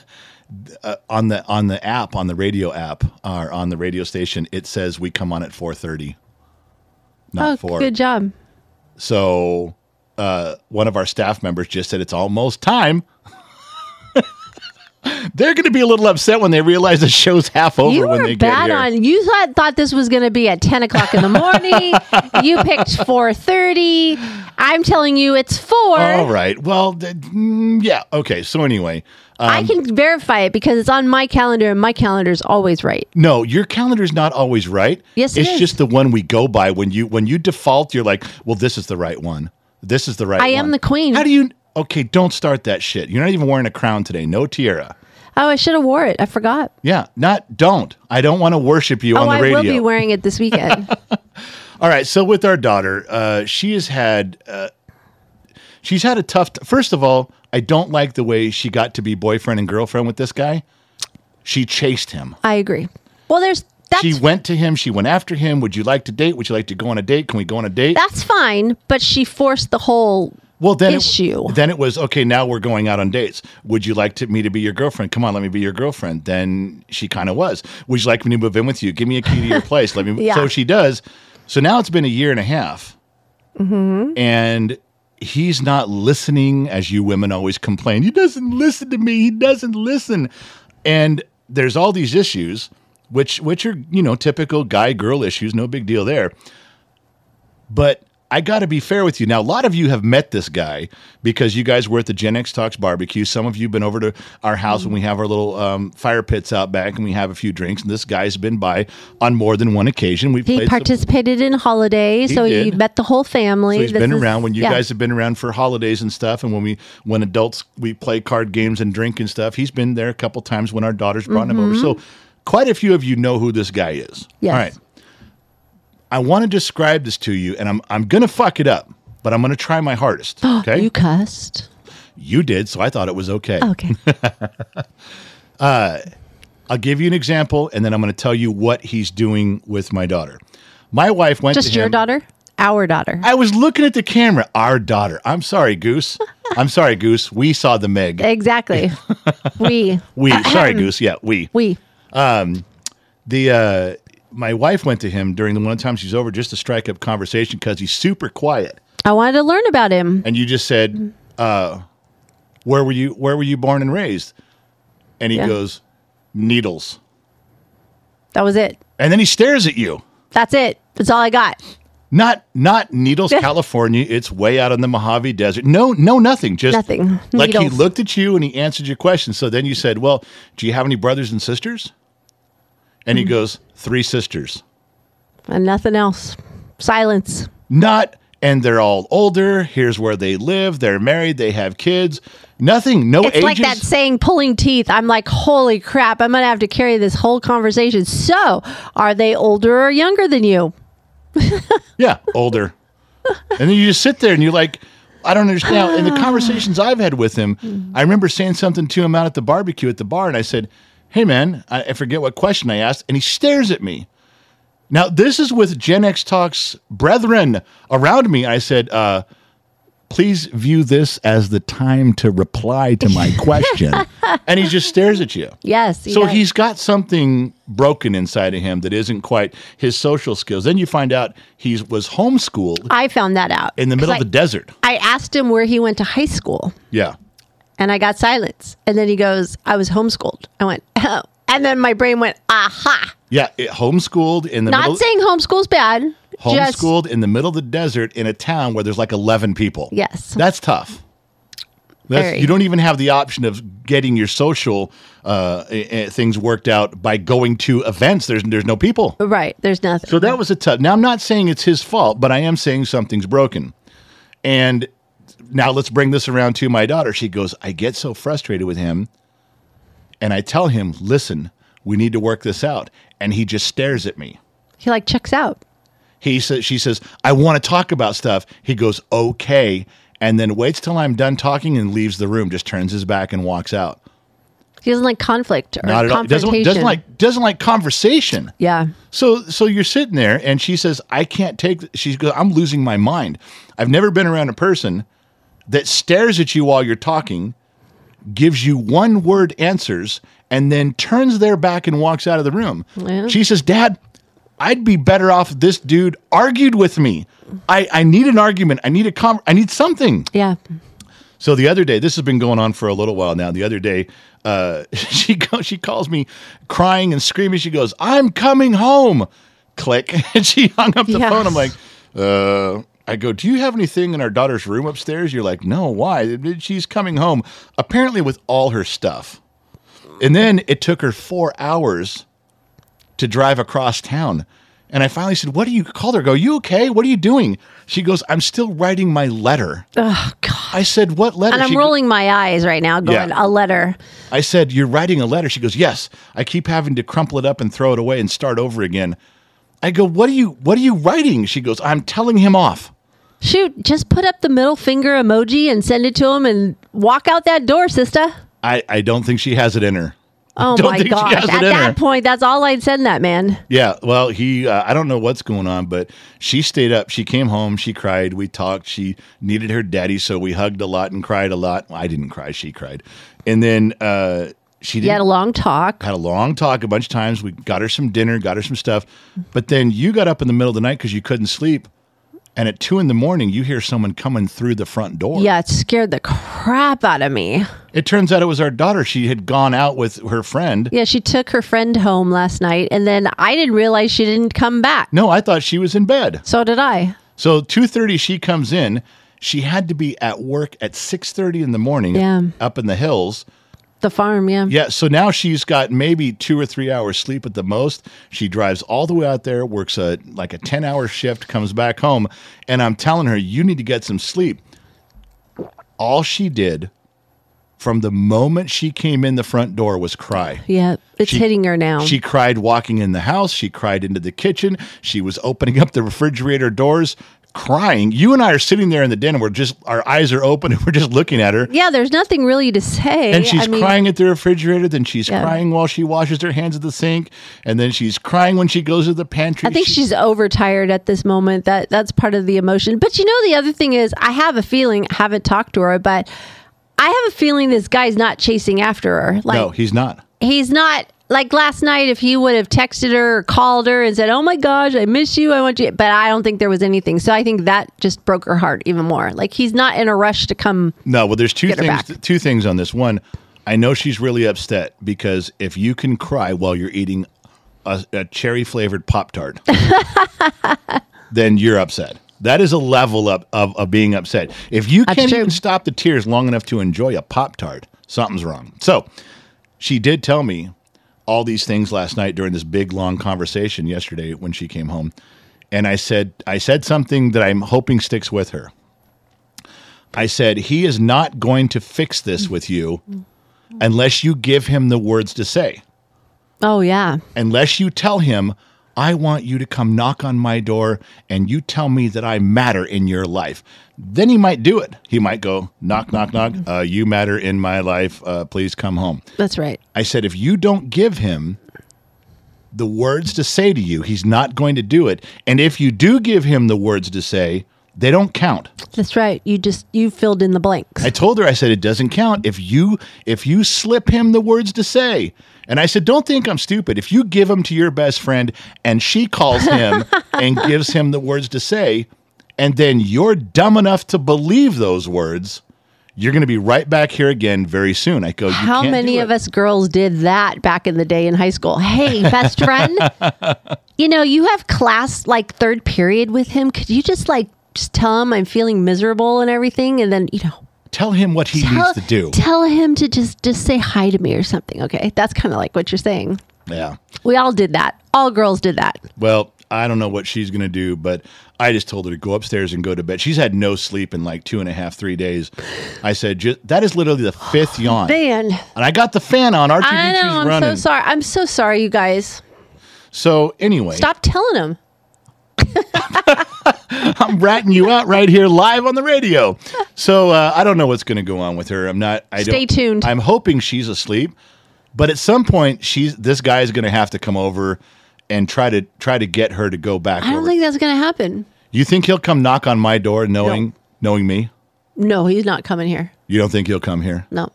[SPEAKER 1] uh on the on the app on the radio app or on the radio station it says we come on at 4:30. Not
[SPEAKER 3] Oh,
[SPEAKER 1] 4.
[SPEAKER 3] good job.
[SPEAKER 1] So uh, one of our staff members just said it's almost time. They're going to be a little upset when they realize the show's half over
[SPEAKER 3] You
[SPEAKER 1] when
[SPEAKER 3] were
[SPEAKER 1] they
[SPEAKER 3] bad
[SPEAKER 1] get here.
[SPEAKER 3] on. You thought thought this was going to be at ten o'clock in the morning. you picked four thirty. I'm telling you, it's four.
[SPEAKER 1] All right. Well, th- mm, yeah. Okay. So anyway, uh,
[SPEAKER 3] I can verify it because it's on my calendar, and my calendar's always right.
[SPEAKER 1] no, your calendar's not always right.
[SPEAKER 3] Yes, it
[SPEAKER 1] it's
[SPEAKER 3] is.
[SPEAKER 1] just the one we go by. When you when you default, you're like, well, this is the right one. This is the right.
[SPEAKER 3] I am
[SPEAKER 1] one.
[SPEAKER 3] the queen.
[SPEAKER 1] How do you? Okay, don't start that shit. You're not even wearing a crown today. No tiara.
[SPEAKER 3] Oh, I should have wore it. I forgot.
[SPEAKER 1] Yeah, not don't. I don't want to worship you
[SPEAKER 3] Oh,
[SPEAKER 1] on the
[SPEAKER 3] I
[SPEAKER 1] radio.
[SPEAKER 3] will be wearing it this weekend.
[SPEAKER 1] All right. So with our daughter, uh, she has had uh, she's had a tough. T- First of all, I don't like the way she got to be boyfriend and girlfriend with this guy. She chased him.
[SPEAKER 3] I agree. Well, there's that's
[SPEAKER 1] she went to him. She went after him. Would you like to date? Would you like to go on a date? Can we go on a date?
[SPEAKER 3] that's fine, but she forced the whole.
[SPEAKER 1] well, then
[SPEAKER 3] issue.
[SPEAKER 1] It, then it was okay. Now we're going out on dates. Would you like to, me to be your girlfriend? Come on, let me be your girlfriend. Then she kind of was. Would you like me to move in with you? Give me a key to your place. Let me.
[SPEAKER 3] Yeah.
[SPEAKER 1] So she does. So now it's been a year and a half,
[SPEAKER 3] Mm-hmm.
[SPEAKER 1] and he's not listening. As you women always complain, he doesn't listen to me. He doesn't listen, and there's all these issues, which which are you know typical guy girl issues. No big deal there. But I got to be fair with you. Now, a lot of you have met this guy because you guys were at the Gen X Talks barbecue. Some of you have been over to our house when we have our little um, fire pits out back and we have a few drinks. And this guy's been by on more than one occasion. We've
[SPEAKER 3] He
[SPEAKER 1] played some-
[SPEAKER 3] participated in holiday, so he
[SPEAKER 1] did.
[SPEAKER 3] met the whole family.
[SPEAKER 1] so he's
[SPEAKER 3] This
[SPEAKER 1] been
[SPEAKER 3] is-
[SPEAKER 1] around when you
[SPEAKER 3] yeah.
[SPEAKER 1] guys have been around for holidays and stuff, and when we when adults we play card games and drink and stuff. He's been there a couple times when our daughters brought him over. So quite a few of you know who this guy is.
[SPEAKER 3] Mm-hmm. Yes.
[SPEAKER 1] All right. I want to describe this to you, and I'm I'm gonna fuck it up, but I'm gonna try my hardest. Okay.
[SPEAKER 3] You Oh. cussed.
[SPEAKER 1] You did, so I thought it was okay.
[SPEAKER 3] Okay.
[SPEAKER 1] I'll give you an example, and then I'm gonna tell you what he's doing with my daughter. My wife went
[SPEAKER 3] Just
[SPEAKER 1] to
[SPEAKER 3] your
[SPEAKER 1] him-
[SPEAKER 3] daughter? Our daughter.
[SPEAKER 1] I was looking at the camera. Our daughter. I'm sorry, Goose. I'm sorry, Goose. We saw the Meg.
[SPEAKER 3] exactly. we.
[SPEAKER 1] We sorry, Goose. Yeah, we
[SPEAKER 3] We.
[SPEAKER 1] the uh, my wife went to him during the one time she's over just to strike up conversation because he's super quiet.
[SPEAKER 3] I wanted to learn about him.
[SPEAKER 1] And you just
[SPEAKER 3] Mm-hmm.
[SPEAKER 1] said, uh, "Where were you? Where were you born and raised?" And he
[SPEAKER 3] Yeah.
[SPEAKER 1] goes, "Needles."
[SPEAKER 3] That was it.
[SPEAKER 1] And then he stares at you.
[SPEAKER 3] That's it. That's all I got.
[SPEAKER 1] Not not Needles, California. It's way out in the Mojave Desert. No, no, nothing. Just
[SPEAKER 3] Nothing.
[SPEAKER 1] Like he
[SPEAKER 3] Needles.
[SPEAKER 1] looked at you and he answered your question. So then you said, "Well, do you have any brothers and sisters?" And
[SPEAKER 3] Mm-hmm.
[SPEAKER 1] he goes, three sisters."
[SPEAKER 3] And nothing else. Silence.
[SPEAKER 1] Not and they're all older. Here's where they live. They're married. They have kids. Nothing. No
[SPEAKER 3] It's
[SPEAKER 1] ages.
[SPEAKER 3] like that saying, pulling teeth. I'm like, holy crap, I'm going to have to carry this whole conversation. So, are they older or younger than you?
[SPEAKER 1] Yeah, older. and then you just sit there and you're like, I don't understand. Now, in the conversations I've had with him, I remember saying something to him out at the barbecue at the bar, and I said, Hey, man, I, I forget what question I asked, and he stares at me. Now, this is with Gen X Talks brethren around me. I said, uh, Please view this as the time to reply to my question. and he just stares at you.
[SPEAKER 3] Yes. he
[SPEAKER 1] So
[SPEAKER 3] does.
[SPEAKER 1] he's got something broken inside of him that isn't quite his social skills. Then you find out he was homeschooled
[SPEAKER 3] I found that out.
[SPEAKER 1] in the middle of the desert.
[SPEAKER 3] I asked him where he went to high school,
[SPEAKER 1] Yeah.
[SPEAKER 3] and I got silence. And then he goes, I was homeschooled. I went, oh. And then my brain went, aha.
[SPEAKER 1] Yeah, it- homeschooled in the
[SPEAKER 3] Not
[SPEAKER 1] middle
[SPEAKER 3] saying homeschool's bad. just-
[SPEAKER 1] homeschooled in the middle of the desert in a town where there's like 11 people.
[SPEAKER 3] Yes.
[SPEAKER 1] That's tough. That's,
[SPEAKER 3] Very.
[SPEAKER 1] you don't even have the option of getting your social uh, eh, eh, things worked out by going to events. There's there's no people.
[SPEAKER 3] right. There's nothing.
[SPEAKER 1] So that was a tough. Now I'm not saying it's his fault, but I am saying something's broken. And now let's bring this around to my daughter. She goes, "I get so frustrated with him." And I tell him, "Listen, we need to work this out." And he just stares at me.
[SPEAKER 3] he like checks out.
[SPEAKER 1] He says she says, "I want to talk about stuff." He goes, "Okay." And then waits till I'm done talking and leaves the room, just turns his back and walks out.
[SPEAKER 3] He doesn't like conflict or
[SPEAKER 1] Not at all.
[SPEAKER 3] confrontation.
[SPEAKER 1] Doesn't, doesn't like doesn't like conversation.
[SPEAKER 3] Yeah.
[SPEAKER 1] So so you're sitting there and she says, I can't take th-" she goes, I'm losing my mind. I've never been around a person that stares at you while you're talking, gives you one word answers, and then turns their back and walks out of the room.
[SPEAKER 3] Yeah.
[SPEAKER 1] She says, Dad, I'd be better off if this dude argued with me. I, I need an argument. I need a com I need something.
[SPEAKER 3] Yeah.
[SPEAKER 1] So the other day, this has been going on for a little while now. The other day, uh, she go, she calls me crying and screaming. She goes, "I'm coming home." Click, and she hung up the
[SPEAKER 3] Yes.
[SPEAKER 1] phone. I'm like, uh, I go, "Do you have anything in our daughter's room upstairs?" You're like, "No, why?" She's coming home apparently with all her stuff. And then it took her four hours to drive across town. And I finally said, What do you call her? I Go, you okay? What are you doing? She goes, I'm still writing my letter.
[SPEAKER 3] Oh, God.
[SPEAKER 1] I said, What letter?
[SPEAKER 3] And I'm
[SPEAKER 1] She go-
[SPEAKER 3] rolling my eyes right now, going,
[SPEAKER 1] Yeah.
[SPEAKER 3] a letter.
[SPEAKER 1] I said, You're writing a letter. She goes, Yes. I keep having to crumple it up and throw it away and start over again. I go, What are you what are you writing? She goes, I'm telling him off.
[SPEAKER 3] Shoot, just put up the middle finger emoji and send it to him and walk out that door, sister.
[SPEAKER 1] I, I don't think she has it in her.
[SPEAKER 3] Oh
[SPEAKER 1] Don't
[SPEAKER 3] my
[SPEAKER 1] think she
[SPEAKER 3] gosh.
[SPEAKER 1] has it
[SPEAKER 3] At
[SPEAKER 1] in
[SPEAKER 3] that
[SPEAKER 1] her.
[SPEAKER 3] point, that's all I'd send that man.
[SPEAKER 1] Yeah, well, he uh, I don't know what's going on, but she stayed up. She came home, she cried, we talked, she needed her daddy, so we hugged a lot and cried a lot. Well, I didn't cry, she cried. And then uh she
[SPEAKER 3] You
[SPEAKER 1] didn't
[SPEAKER 3] had a long talk.
[SPEAKER 1] had a long talk a bunch of times. We got her some dinner, got her some stuff. But then you got up in the middle of the night because you couldn't sleep. And at two in the morning, you hear someone coming through the front door.
[SPEAKER 3] Yeah, it scared the crap out of me.
[SPEAKER 1] It turns out it was our daughter. She had gone out with her friend.
[SPEAKER 3] Yeah, she took her friend home last night, and then I didn't realize she didn't come back.
[SPEAKER 1] No, I thought she was in bed.
[SPEAKER 3] So did I.
[SPEAKER 1] So two thirty, she comes in. She had to be at work at six thirty in the morning.
[SPEAKER 3] Yeah.
[SPEAKER 1] Up in the hills.
[SPEAKER 3] The farm, yeah.
[SPEAKER 1] Yeah, so now she's got maybe two or three hours sleep at the most. She drives all the way out there, works a like a ten hour shift, comes back home, and I'm telling her, you need to get some sleep. All she did from the moment she came in the front door was cry.
[SPEAKER 3] Yeah, it's
[SPEAKER 1] She-
[SPEAKER 3] hitting her now.
[SPEAKER 1] She cried walking in the house. She cried into the kitchen. She was opening up the refrigerator doors, crying. You and I are sitting there in the den. And we're just our eyes are open and we're just looking at her.
[SPEAKER 3] yeah, there's nothing really to say.
[SPEAKER 1] And she's
[SPEAKER 3] I mean,
[SPEAKER 1] crying at the refrigerator. Then she's
[SPEAKER 3] Yeah.
[SPEAKER 1] crying while she washes her hands at the sink. And then she's crying when she goes to the pantry.
[SPEAKER 3] I think
[SPEAKER 1] She-
[SPEAKER 3] she's overtired at this moment. That that's part of the emotion. But you know, the other thing is, I have a feeling. I haven't talked to her, but I have a feeling this guy's not chasing after her. Like
[SPEAKER 1] no, he's not.
[SPEAKER 3] he's not like last night, if he would have texted her or called her and said, "Oh my gosh, I miss you, I want you," but I don't think there was anything. So I think that just broke her heart even more. Like he's not in a rush to come.
[SPEAKER 1] No, well, there's two
[SPEAKER 3] Get her
[SPEAKER 1] things.
[SPEAKER 3] back.
[SPEAKER 1] Two things on this. One, I know she's really upset because if you can cry while you're eating a, a cherry flavored pop tart, then you're upset. That is a level up of, of being upset. If you
[SPEAKER 3] That's
[SPEAKER 1] can't
[SPEAKER 3] true.
[SPEAKER 1] even stop the tears long enough to enjoy a pop tart, something's wrong. So, she did tell me all these things last night during this big long conversation yesterday when she came home, and I said I said something that I'm hoping sticks with her. I said, He is not going to fix this with you unless you give him the words to say,
[SPEAKER 3] Oh yeah,
[SPEAKER 1] unless you tell him, I want you to come knock on my door and you tell me that I matter in your life. Then he might do it. He might go, knock, knock, knock. Uh, you matter in my life. Uh, please come home.
[SPEAKER 3] that's right.
[SPEAKER 1] I said, if you don't give him the words to say to you, he's not going to do it. And if you do give him the words to say, they don't count.
[SPEAKER 3] That's right. You just you filled in the blanks.
[SPEAKER 1] I told her, I said, it doesn't count if you if you slip him the words to say. And I said, don't think I'm stupid. If you give them to your best friend and she calls him and gives him the words to say, and then you're dumb enough to believe those words, you're going to be right back here again very soon. I go, you
[SPEAKER 3] How
[SPEAKER 1] can't
[SPEAKER 3] many
[SPEAKER 1] do
[SPEAKER 3] of
[SPEAKER 1] it.
[SPEAKER 3] us girls did that back in the day in high school? Hey, best friend, you know, you have class like third period with him. Could you just like just tell him I'm feeling miserable and everything? And then, you know,
[SPEAKER 1] tell him what he
[SPEAKER 3] tell,
[SPEAKER 1] needs to do?
[SPEAKER 3] tell him to just just say hi to me or something. Okay. That's kind of like what you're saying.
[SPEAKER 1] yeah.
[SPEAKER 3] We all did that. All girls did that.
[SPEAKER 1] Well, I don't know what she's going to do, but I just told her to go upstairs and go to bed. She's had no sleep in like two and a half, three days. I said, "Ju- that is literally the fifth yawn.
[SPEAKER 3] Man,
[SPEAKER 1] And I got the fan on. R2D2's
[SPEAKER 3] I know. I'm
[SPEAKER 1] running.
[SPEAKER 3] so sorry. I'm so sorry, you guys.
[SPEAKER 1] So anyway,
[SPEAKER 3] Stop telling him.
[SPEAKER 1] I'm ratting you out right here live on the radio. So uh, I don't know what's going to go on with her. I'm not. I
[SPEAKER 3] Stay
[SPEAKER 1] don't,
[SPEAKER 3] tuned.
[SPEAKER 1] I'm hoping she's asleep, but at some point, she's this guy's going to have to come over and try to try to get her to go back.
[SPEAKER 3] I don't
[SPEAKER 1] over.
[SPEAKER 3] think that's going to happen.
[SPEAKER 1] you think he'll come knock on my door, knowing knowing me.
[SPEAKER 3] No, he's not coming here.
[SPEAKER 1] You don't think he'll come here?
[SPEAKER 3] No.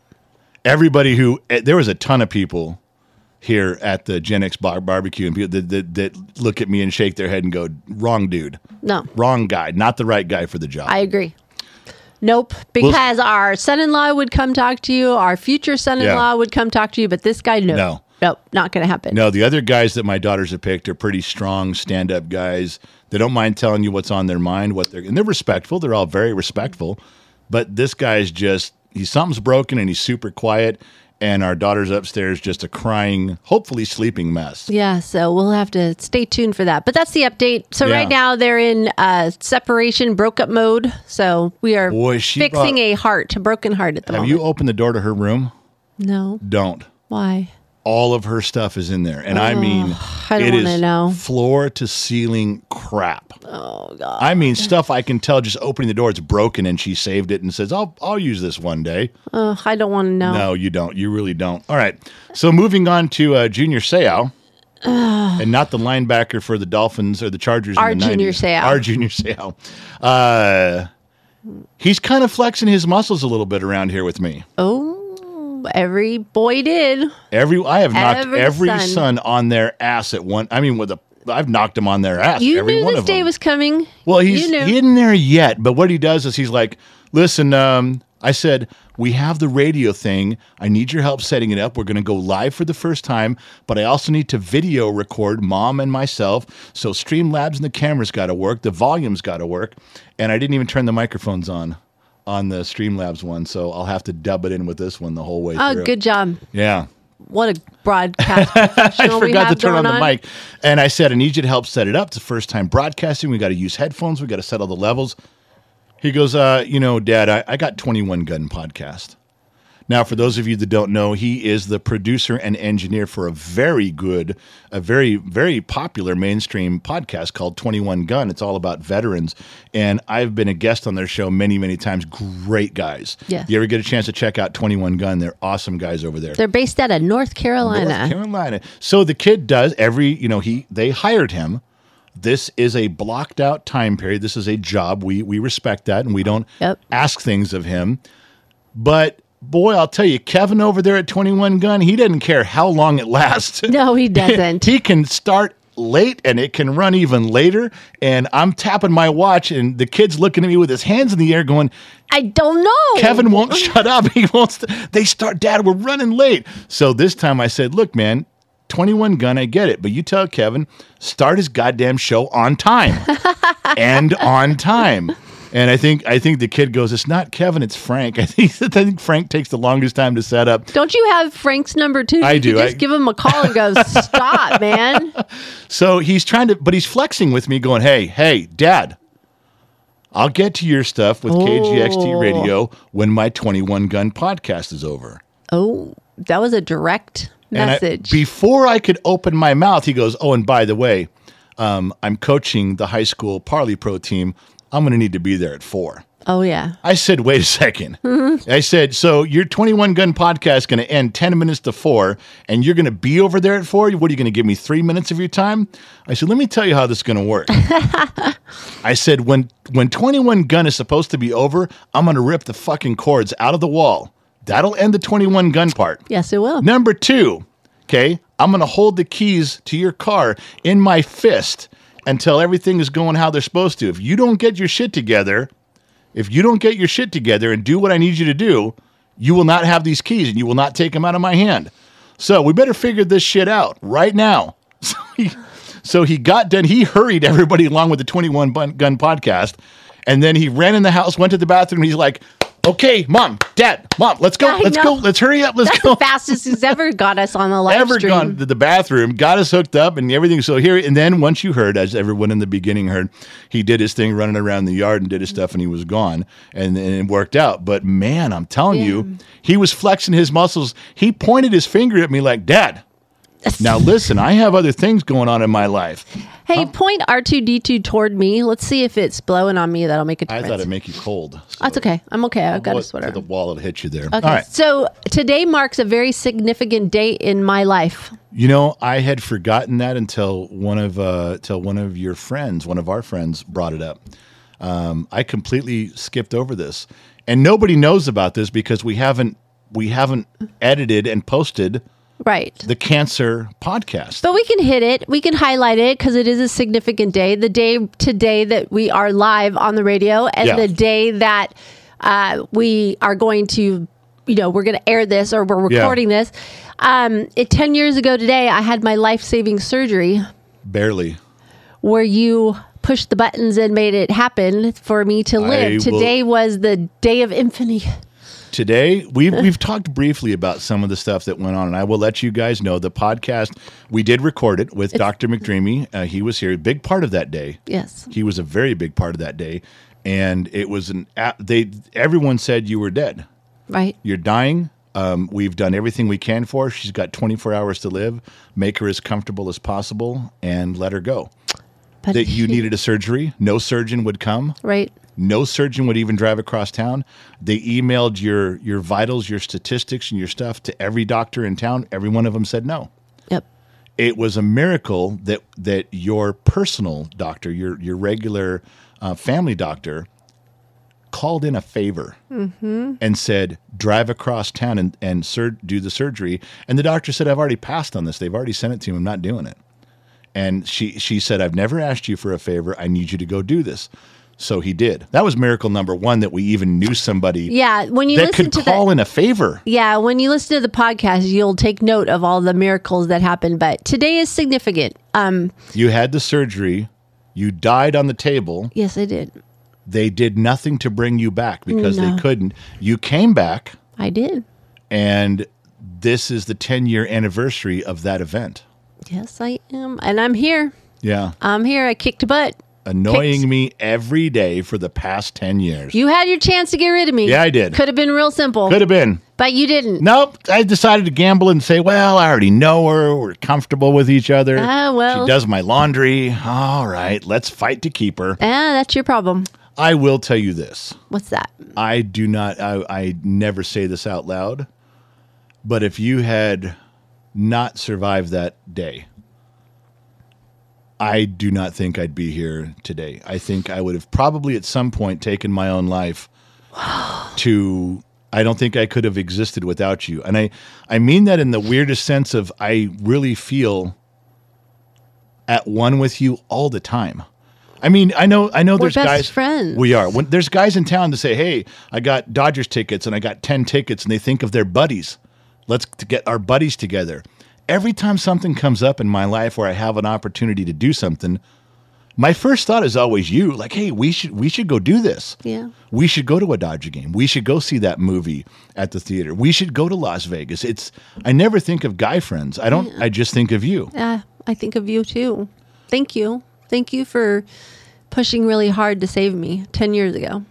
[SPEAKER 1] everybody who eh, there was a ton of people here at the Gen X bar- barbecue and people that, that, that look at me and shake their head and go, "Wrong dude,
[SPEAKER 3] No.
[SPEAKER 1] wrong guy, not the right guy for the job."
[SPEAKER 3] I agree. Nope. Because our son in law would come talk to you, our future son in law
[SPEAKER 1] Yeah.
[SPEAKER 3] would come talk to you, but this guy, no.
[SPEAKER 1] No.
[SPEAKER 3] Nope. Not going to happen.
[SPEAKER 1] no, the other guys that my daughters have picked are pretty strong, stand-up guys. They don't mind telling you what's on their mind, what they're and they're respectful. They're all very respectful, but this guy's just he's something's broken and he's super quiet. And our daughter's upstairs, just a crying, hopefully sleeping mess.
[SPEAKER 3] Yeah. So we'll have to stay tuned for that. But that's the update. So
[SPEAKER 1] Yeah.
[SPEAKER 3] right now they're in uh, separation, broke up mode. So we are
[SPEAKER 1] Boy, she
[SPEAKER 3] fixing
[SPEAKER 1] brought-
[SPEAKER 3] a heart, a broken heart at the
[SPEAKER 1] Have
[SPEAKER 3] moment.
[SPEAKER 1] you opened the door to her room?
[SPEAKER 3] no.
[SPEAKER 1] Don't.
[SPEAKER 3] Why?
[SPEAKER 1] all of her stuff is in there. And I mean,
[SPEAKER 3] I don't
[SPEAKER 1] it
[SPEAKER 3] wanna
[SPEAKER 1] is
[SPEAKER 3] know.
[SPEAKER 1] floor to ceiling crap. Oh, God. I mean, stuff I can tell just opening the door, it's broken and she saved it and says, I'll, I'll use this one day.
[SPEAKER 3] Uh, I don't want to know.
[SPEAKER 1] No, you don't. You really don't. All right. So moving on to uh, Junior Seau. and not the linebacker for the Dolphins or the Chargers.
[SPEAKER 3] Our
[SPEAKER 1] in the
[SPEAKER 3] Junior
[SPEAKER 1] 90s.
[SPEAKER 3] Seau.
[SPEAKER 1] Our Junior Seau. Uh, he's kind of flexing his muscles a little bit around here with me.
[SPEAKER 3] Oh, every boy did.
[SPEAKER 1] Every I have knocked
[SPEAKER 3] Every
[SPEAKER 1] every,
[SPEAKER 3] son.
[SPEAKER 1] son. on their ass at one. I mean, with a I've knocked them on their ass.
[SPEAKER 3] You
[SPEAKER 1] every
[SPEAKER 3] knew
[SPEAKER 1] one
[SPEAKER 3] this
[SPEAKER 1] of
[SPEAKER 3] day
[SPEAKER 1] them.
[SPEAKER 3] was coming.
[SPEAKER 1] well. He's
[SPEAKER 3] you knew.
[SPEAKER 1] he isn't there yet, but what he does is he's like, listen. Um, I said we have the radio thing. I need your help setting it up. We're going to go live for the first time, but I also need to video record mom and myself. So Streamlabs and the camera's got to work. The volume's got to work, and I didn't even turn the microphones on on the Streamlabs one. So I'll have to dub it in with this one the whole way
[SPEAKER 3] oh,
[SPEAKER 1] through.
[SPEAKER 3] good job.
[SPEAKER 1] Yeah.
[SPEAKER 3] What a broadcast professional
[SPEAKER 1] I
[SPEAKER 3] we
[SPEAKER 1] forgot
[SPEAKER 3] have
[SPEAKER 1] to turn on
[SPEAKER 3] going
[SPEAKER 1] the
[SPEAKER 3] on.
[SPEAKER 1] mic. And I said, I need you to help set it up. It's the first time broadcasting. We got to use headphones. We got to set all the levels. He goes, uh, you know, Dad, I, I got 21 Gun Podcast. Now, for those of you that don't know, he is the producer and engineer for a very good, a very, very popular mainstream podcast called 21 Gun. It's all about veterans. And I've been a guest on their show many, many times. Great guys.
[SPEAKER 3] Yes.
[SPEAKER 1] You ever get a chance to check out 21 Gun? They're awesome guys over there.
[SPEAKER 3] They're based out of North Carolina.
[SPEAKER 1] North Carolina. So the kid does every, you know, he they hired him. This is a blocked out time period. This is a job. We we respect that and we don't
[SPEAKER 3] Yep.
[SPEAKER 1] ask things of him. But boy, I'll tell you, Kevin over there at 21 Gun, he doesn't care how long it lasts.
[SPEAKER 3] No, he doesn't.
[SPEAKER 1] he can start late and it can run even later. And I'm tapping my watch, and the kid's looking at me with his hands in the air, going,
[SPEAKER 3] I don't know.
[SPEAKER 1] Kevin won't shut up. He won't. St- they start, Dad, we're running late. So this time I said, Look, man, 21 gun, I get it. But you tell Kevin, start his goddamn show on time and on time. And I think I think the kid goes, It's not Kevin, it's Frank. I think, I think Frank takes the longest time to set up.
[SPEAKER 3] Don't you have Frank's number too?
[SPEAKER 1] I
[SPEAKER 3] You could
[SPEAKER 1] do. I-
[SPEAKER 3] Just give him a call and go, stop, man.
[SPEAKER 1] So he's trying to, but he's flexing with me, going, "Hey, hey, Dad, I'll get to your stuff with KGXT
[SPEAKER 3] Oh.
[SPEAKER 1] Radio when my 21 gun podcast is over."
[SPEAKER 3] Oh, that was a direct
[SPEAKER 1] And I-
[SPEAKER 3] message.
[SPEAKER 1] before I could open my mouth, he goes, "Oh, and by the way, um, I'm coaching the high school Parley Pro team. I'm going to need to be there at four.
[SPEAKER 3] oh, yeah.
[SPEAKER 1] I said, "Wait a 2nd I said, "So your 21 gun podcast is going to end 10 minutes to four, and you're going to be over there at four. What are you going to give me three minutes of your time?" I said, "Let me tell you how this is going to work." I said, "When when 21 gun is supposed to be over, I'm going to rip the fucking cords out of the wall. That'll end the 21 gun part."
[SPEAKER 3] Yes, it will.
[SPEAKER 1] Number two, okay, I'm going to hold the keys to your car in my fist until everything is going how they're supposed to. If you don't get your shit together, if you don't get your shit together and do what I need you to do, you will not have these keys and you will not take them out of my hand. So we better figure this shit out right now. So he, so he got done. He hurried everybody along with the 21 bun, Gun podcast. And then he ran in the house, went to the bathroom. And he's like, okay, mom, dad, mom, let's go.
[SPEAKER 3] I
[SPEAKER 1] let's
[SPEAKER 3] know.
[SPEAKER 1] go. Let's hurry up. Let's
[SPEAKER 3] That's
[SPEAKER 1] go
[SPEAKER 3] the fastest he's ever got us on the live
[SPEAKER 1] ever
[SPEAKER 3] stream.
[SPEAKER 1] gone to the bathroom, got us hooked up and everything. So here, and then once you heard, as everyone in the beginning heard, he did his thing running around the yard and did his stuff and he was gone and, and it worked out. But man, I'm telling you, he was flexing his muscles. He pointed his finger at me like, Dad, now listen, I have other things going on in my life.
[SPEAKER 3] Hey, point R2D2 toward me. Let's see if it's blowing on me. That'll make a
[SPEAKER 1] I
[SPEAKER 3] difference.
[SPEAKER 1] thought it'd make you cold. So
[SPEAKER 3] That's okay. I'm okay. I've got
[SPEAKER 1] Well,
[SPEAKER 3] a sweater.
[SPEAKER 1] to The wall it hit you there.
[SPEAKER 3] Okay.
[SPEAKER 1] All right.
[SPEAKER 3] So today marks a very significant day in my life.
[SPEAKER 1] You know, I had forgotten that until one of uh, till one of your friends, one of our friends, brought it up. Um, I completely skipped over this, and nobody knows about this because we haven't we haven't edited and posted
[SPEAKER 3] Right.
[SPEAKER 1] the cancer podcast.
[SPEAKER 3] But we can hit it. We can highlight it because it is a significant day. The day today that we are live on the radio, and
[SPEAKER 1] Yeah.
[SPEAKER 3] the day that uh, we are going to, you know, we're going to air this or we're
[SPEAKER 1] Yeah.
[SPEAKER 3] recording this. Um, it, 10 years ago today, I had my life saving surgery
[SPEAKER 1] Barely.
[SPEAKER 3] where you pushed the buttons and made it happen for me to live.
[SPEAKER 1] will-
[SPEAKER 3] today was the day of infamy.
[SPEAKER 1] today we've we've talked briefly about some of the stuff that went on and i will let you guys know the podcast we did record it with dr mcdreamy uh, he was here a big part of that day
[SPEAKER 3] Yes.
[SPEAKER 1] he was a very big part of that day and it was an a- they everyone said you were dead
[SPEAKER 3] Right.
[SPEAKER 1] you're dying um, we've done everything we can for her she's got 24 hours to live make her as comfortable as possible and let her go
[SPEAKER 3] But
[SPEAKER 1] that you needed a surgery no surgeon would come
[SPEAKER 3] Right.
[SPEAKER 1] no surgeon would even drive across town. They emailed your your vitals, your statistics, and your stuff to every doctor in town. Every one of them said no.
[SPEAKER 3] Yep.
[SPEAKER 1] It was a miracle that that your personal doctor, your your regular uh, family doctor, called in a favor
[SPEAKER 3] Mm-hmm.
[SPEAKER 1] and said, "Drive across town and and sur- do the surgery." And the doctor said, "I've already passed on this. They've already sent it to me. I'm not doing it." And she she said, "I've never asked you for a favor. I need you to go do this." So he did. That was miracle number one that we even knew somebody
[SPEAKER 3] Yeah. When you
[SPEAKER 1] that
[SPEAKER 3] listen
[SPEAKER 1] could
[SPEAKER 3] to
[SPEAKER 1] call
[SPEAKER 3] the,
[SPEAKER 1] in a favor.
[SPEAKER 3] yeah, when you listen to the podcast, you'll take note of all the miracles that happen. But today is significant. Um,
[SPEAKER 1] You had the surgery. You died on the table.
[SPEAKER 3] yes, I did.
[SPEAKER 1] They did nothing to bring you back because
[SPEAKER 3] No.
[SPEAKER 1] they couldn't. You came back,
[SPEAKER 3] I did.
[SPEAKER 1] and this is the 10 year anniversary of that event.
[SPEAKER 3] Yes, I am, and I'm here.
[SPEAKER 1] Yeah.
[SPEAKER 3] I'm here. I kicked butt.
[SPEAKER 1] Annoying
[SPEAKER 3] Kicks.
[SPEAKER 1] me every day for the past 10 years.
[SPEAKER 3] You had your chance to get rid of me.
[SPEAKER 1] Yeah, I did.
[SPEAKER 3] Could have been real simple,
[SPEAKER 1] Could have been.
[SPEAKER 3] but you didn't.
[SPEAKER 1] Nope. I decided to gamble and say, well, I already know her. We're comfortable with each other.
[SPEAKER 3] Ah, well.
[SPEAKER 1] She does my laundry. All right. Let's fight to keep her.
[SPEAKER 3] Ah, that's your problem.
[SPEAKER 1] I will tell you this.
[SPEAKER 3] What's that?
[SPEAKER 1] I do not, I, I never say this out loud, but if you had not survived that day, I do not think I'd be here today. I think I would have probably at some point taken my own life to I don't think I could have existed without you. And I, I mean that in the weirdest sense of I really feel at one with you all the time. I mean, I know, I know. there's
[SPEAKER 3] best
[SPEAKER 1] guys.
[SPEAKER 3] friends.
[SPEAKER 1] We are. When there's guys in town to say, "Hey, I got Dodgers tickets and I got ten tickets," and they think of their buddies. Let's t- get our buddies together. Every time something comes up in my life where I have an opportunity to do something, my first thought is always you. Like, hey, we should we should go do this.
[SPEAKER 3] Yeah.
[SPEAKER 1] We should go to a Dodger game. We should go see that movie at the theater. We should go to Las Vegas. It's I never think of guy friends. I don't. I just think of you.
[SPEAKER 3] Yeah, Ah, I think of you too. Thank you. Thank you for pushing really hard to save me 10 years ago.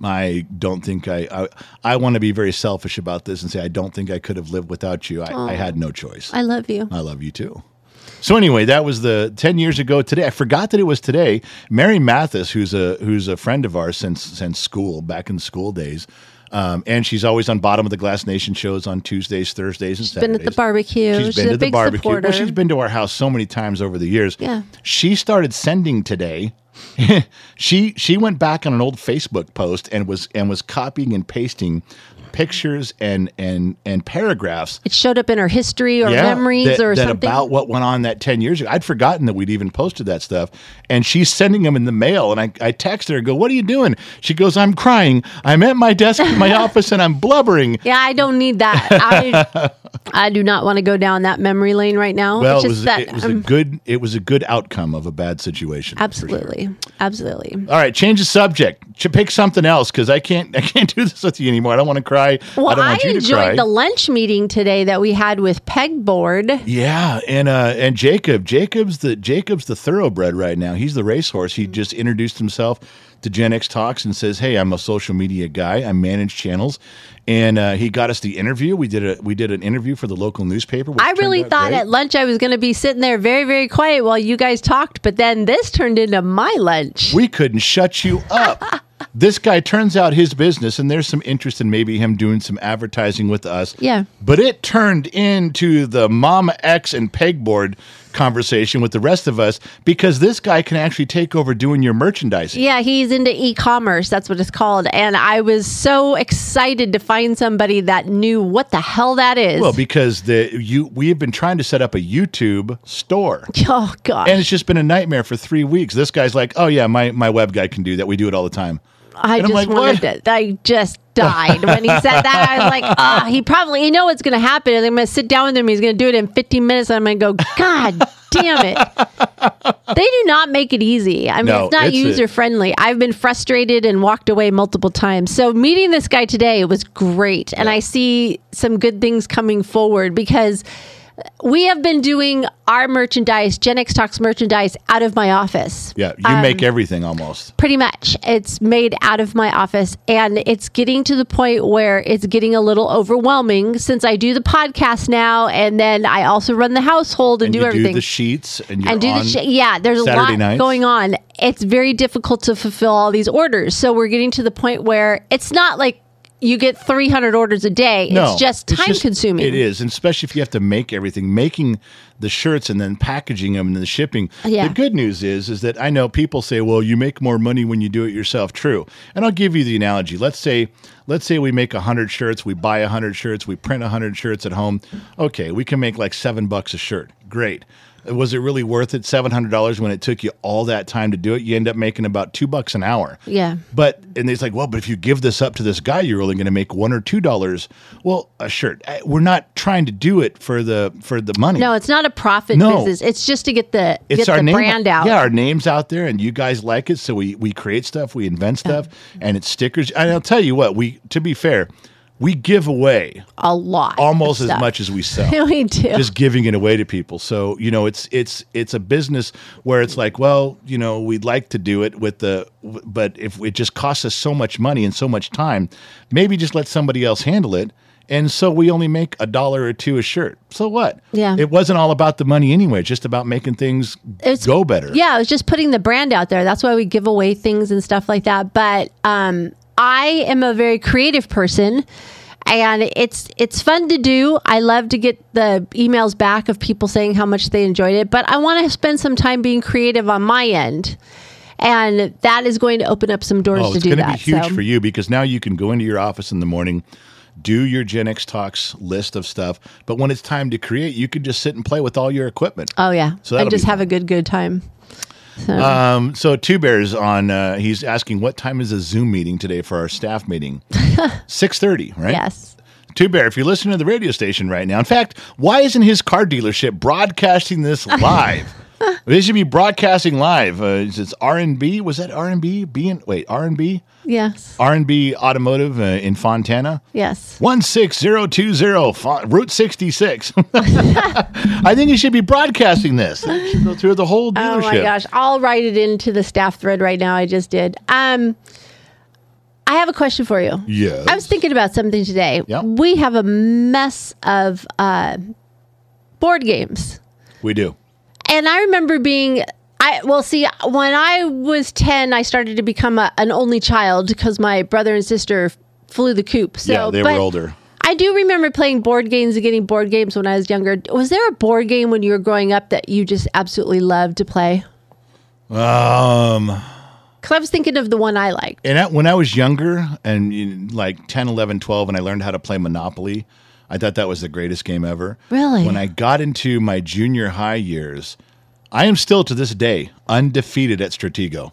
[SPEAKER 1] I don't think I. I, I want to be very selfish about this and say I don't think I could have lived without you. I, I had no choice.
[SPEAKER 3] I love you.
[SPEAKER 1] I love you too. So anyway, that was the ten years ago today. I forgot that it was today. Mary Mathis, who's a who's a friend of ours since since school, back in school days, um, and she's always on Bottom of the Glass Nation shows on Tuesdays, Thursdays, and
[SPEAKER 3] been
[SPEAKER 1] Saturdays.
[SPEAKER 3] at the barbecue.
[SPEAKER 1] She's been
[SPEAKER 3] a
[SPEAKER 1] to the
[SPEAKER 3] big
[SPEAKER 1] barbecue.
[SPEAKER 3] supporter.
[SPEAKER 1] Well, she's been to our house so many times over the years.
[SPEAKER 3] Yeah.
[SPEAKER 1] She started sending today. she she went back on an old Facebook post and was and was copying and pasting pictures and and and paragraphs
[SPEAKER 3] it showed up in her history or memories
[SPEAKER 1] that,
[SPEAKER 3] or
[SPEAKER 1] that
[SPEAKER 3] something.
[SPEAKER 1] about what went on that 10 years ago. I'd forgotten that we'd even posted that stuff. And she's sending them in the mail. And I, I text her and go, What are you doing? She goes, I'm crying. I'm at my desk in my office and I'm blubbering.
[SPEAKER 3] yeah, I don't need that. I, I do not want to go down that memory lane right now.
[SPEAKER 1] Well,
[SPEAKER 3] it's
[SPEAKER 1] it
[SPEAKER 3] just
[SPEAKER 1] was,
[SPEAKER 3] that
[SPEAKER 1] it was
[SPEAKER 3] um,
[SPEAKER 1] a good it was a good outcome of a bad situation. for sure.
[SPEAKER 3] absolutely, absolutely.
[SPEAKER 1] All right, change the subject. Ch- Pick something else because I can't I can't do this with you anymore. I don't want to cry. I
[SPEAKER 3] Well,
[SPEAKER 1] don't
[SPEAKER 3] I,
[SPEAKER 1] want you to cry.
[SPEAKER 3] enjoyed the lunch meeting today that we had with Pegboard.
[SPEAKER 1] Yeah, and uh, and Jacob, Jacob's the Jacob's the thoroughbred right now. He's the racehorse.
[SPEAKER 3] Hmm.
[SPEAKER 1] He just introduced himself to Gen X Talks and says, "Hey, I'm a social media guy. I manage channels." And uh, he got us the interview. We did a we did an interview for the local newspaper. which
[SPEAKER 3] I
[SPEAKER 1] turned
[SPEAKER 3] really
[SPEAKER 1] out
[SPEAKER 3] thought
[SPEAKER 1] great.
[SPEAKER 3] at lunch I was going to be sitting there very, very quiet while you guys talked, but then this turned into my lunch.
[SPEAKER 1] we couldn't shut you up. this guy turns out his business, and there's some interest in maybe him doing some advertising with us.
[SPEAKER 3] Yeah.
[SPEAKER 1] But it turned into the Mama X and pegboard conversation with the rest of us because this guy can actually take over doing your merchandising.
[SPEAKER 3] yeah, he's into e commerce. That's what it's called. And I was so excited to find somebody that knew what the hell that is.
[SPEAKER 1] Well, because the you we have been trying to set up a YouTube store.
[SPEAKER 3] oh, gosh.
[SPEAKER 1] And it's just been a nightmare for three weeks. This guy's like, "Oh yeah, my, my web guy can do that. We do it all the time."
[SPEAKER 3] I
[SPEAKER 1] and I'm like,
[SPEAKER 3] just wanted
[SPEAKER 1] "What?"
[SPEAKER 3] to. I just died when he said that. I was like, ah, he probably, you know what's going to happen. is I'm going to sit down with him. He's going to do it in 15 minutes. And I'm going to go, God damn it. They do not make it easy. I mean,
[SPEAKER 1] No,
[SPEAKER 3] it's not
[SPEAKER 1] it's a-
[SPEAKER 3] user friendly. I've been frustrated and walked away multiple times. So meeting this guy today was great. And I see some good things coming forward because. We have been doing our merchandise, Gen X Talks merchandise, out of my office
[SPEAKER 1] Yeah, you make
[SPEAKER 3] Um,
[SPEAKER 1] everything almost.
[SPEAKER 3] pretty much it's made out of my office and it's getting to the point where it's getting a little overwhelming since i do the podcast now and then i also run the household and,
[SPEAKER 1] And
[SPEAKER 3] do
[SPEAKER 1] you
[SPEAKER 3] everything
[SPEAKER 1] do the sheets and you
[SPEAKER 3] and do the sh- yeah there's a
[SPEAKER 1] Saturday
[SPEAKER 3] lot
[SPEAKER 1] nights?
[SPEAKER 3] going on it's very difficult to fulfill all these orders so we're getting to the point where it's not like you get 300 orders a day it's just time
[SPEAKER 1] just-
[SPEAKER 3] consuming
[SPEAKER 1] It is, and especially if you have to make everything, making the shirts and then packaging them and then the shipping.
[SPEAKER 3] Yeah.
[SPEAKER 1] The good news is, is that I know people say, "Well, you make more money when you do it yourself." True, and I'll give you the analogy. Let's say, let's say we make hundred shirts, we buy hundred shirts, we print hundred shirts at home. Okay, we can make like seven bucks a shirt. Great. Was it really worth it? Seven hundred dollars when it took you all that time to do it. You end up making about two bucks an hour.
[SPEAKER 3] Yeah.
[SPEAKER 1] But and it's like, well, but if you give this up to this guy, you're only going to make one or two dollars. Well, a shirt. I- We're not trying to do it for the for the money.
[SPEAKER 3] no it's not a profit
[SPEAKER 1] No.
[SPEAKER 3] business it's just to get the
[SPEAKER 1] it's
[SPEAKER 3] get
[SPEAKER 1] our
[SPEAKER 3] the
[SPEAKER 1] name.
[SPEAKER 3] brand out
[SPEAKER 1] Yeah, our name's out there, and you guys like it, so we we create stuff, we invent stuff, and it's stickers. And I'll tell you what, we to be fair, we give away
[SPEAKER 3] a lot of
[SPEAKER 1] almost as
[SPEAKER 3] stuff.
[SPEAKER 1] much as we sell.
[SPEAKER 3] we do
[SPEAKER 1] just giving it away to people. So you know, it's it's it's a business where it's like, well, you know, we'd like to do it with the, but if it just costs us so much money and so much time, maybe just let somebody else handle it. And so we only make a dollar or two a shirt. So what?
[SPEAKER 3] Yeah.
[SPEAKER 1] it wasn't all about the money anyway. It's just about making things
[SPEAKER 3] It's-
[SPEAKER 1] go better.
[SPEAKER 3] Yeah, it was just putting the brand out there. That's why we give away things and stuff like that. But um, I am a very creative person, and it's it's fun to do. I love to get the emails back of people saying how much they enjoyed it. But I want to spend some time being creative on my end, and that is going to open up some doors
[SPEAKER 1] Oh,
[SPEAKER 3] to
[SPEAKER 1] it's
[SPEAKER 3] do
[SPEAKER 1] going to
[SPEAKER 3] that.
[SPEAKER 1] be huge
[SPEAKER 3] so.
[SPEAKER 1] for you because now you can go into your office in the morning. do your Gen X Talks list of stuff. But when it's time to create, you can just sit and play with all your equipment.
[SPEAKER 3] Oh yeah.
[SPEAKER 1] So
[SPEAKER 3] and
[SPEAKER 1] that'll
[SPEAKER 3] just
[SPEAKER 1] be
[SPEAKER 3] have a good good time.
[SPEAKER 1] Um, so two bears on. Uh, he's asking what time is a Zoom meeting today for our staff meeting? Six thirty, right?
[SPEAKER 3] Yes.
[SPEAKER 1] Two bear, if you're listening to the radio station right now, in fact, why isn't his car dealership broadcasting this live? they should be broadcasting live. Uh, it's- it's R and B. Was that R and B? B and wait, R and B,
[SPEAKER 3] Yes.
[SPEAKER 1] R and B Automotive uh, in Fontana.
[SPEAKER 3] Yes.
[SPEAKER 1] 16020 Fo- Route 66. I think you should be broadcasting this. It should go through the whole dealership.
[SPEAKER 3] Oh my gosh. I'll write it into the staff thread right now. I just did. Um I have a question for you.
[SPEAKER 1] Yes.
[SPEAKER 3] I was thinking about something today.
[SPEAKER 1] Yeah.
[SPEAKER 3] We have a mess of uh, board games.
[SPEAKER 1] We do.
[SPEAKER 3] And I remember being I well see when I was 10 I started to become a, an only child because my brother and sister flew the coop. So
[SPEAKER 1] yeah, they
[SPEAKER 3] but
[SPEAKER 1] were older.
[SPEAKER 3] I do remember playing board games and getting board games when I was younger. Was there a board game when you were growing up that you just absolutely loved to play?
[SPEAKER 1] Um,
[SPEAKER 3] Cuz I was thinking of the one I liked.
[SPEAKER 1] and I, when I was younger and you- like 10, 11, 12, and I learned how to play Monopoly, I thought that was the greatest game ever.
[SPEAKER 3] Really?
[SPEAKER 1] When I got into my junior high years, I am still to this day undefeated at Stratego.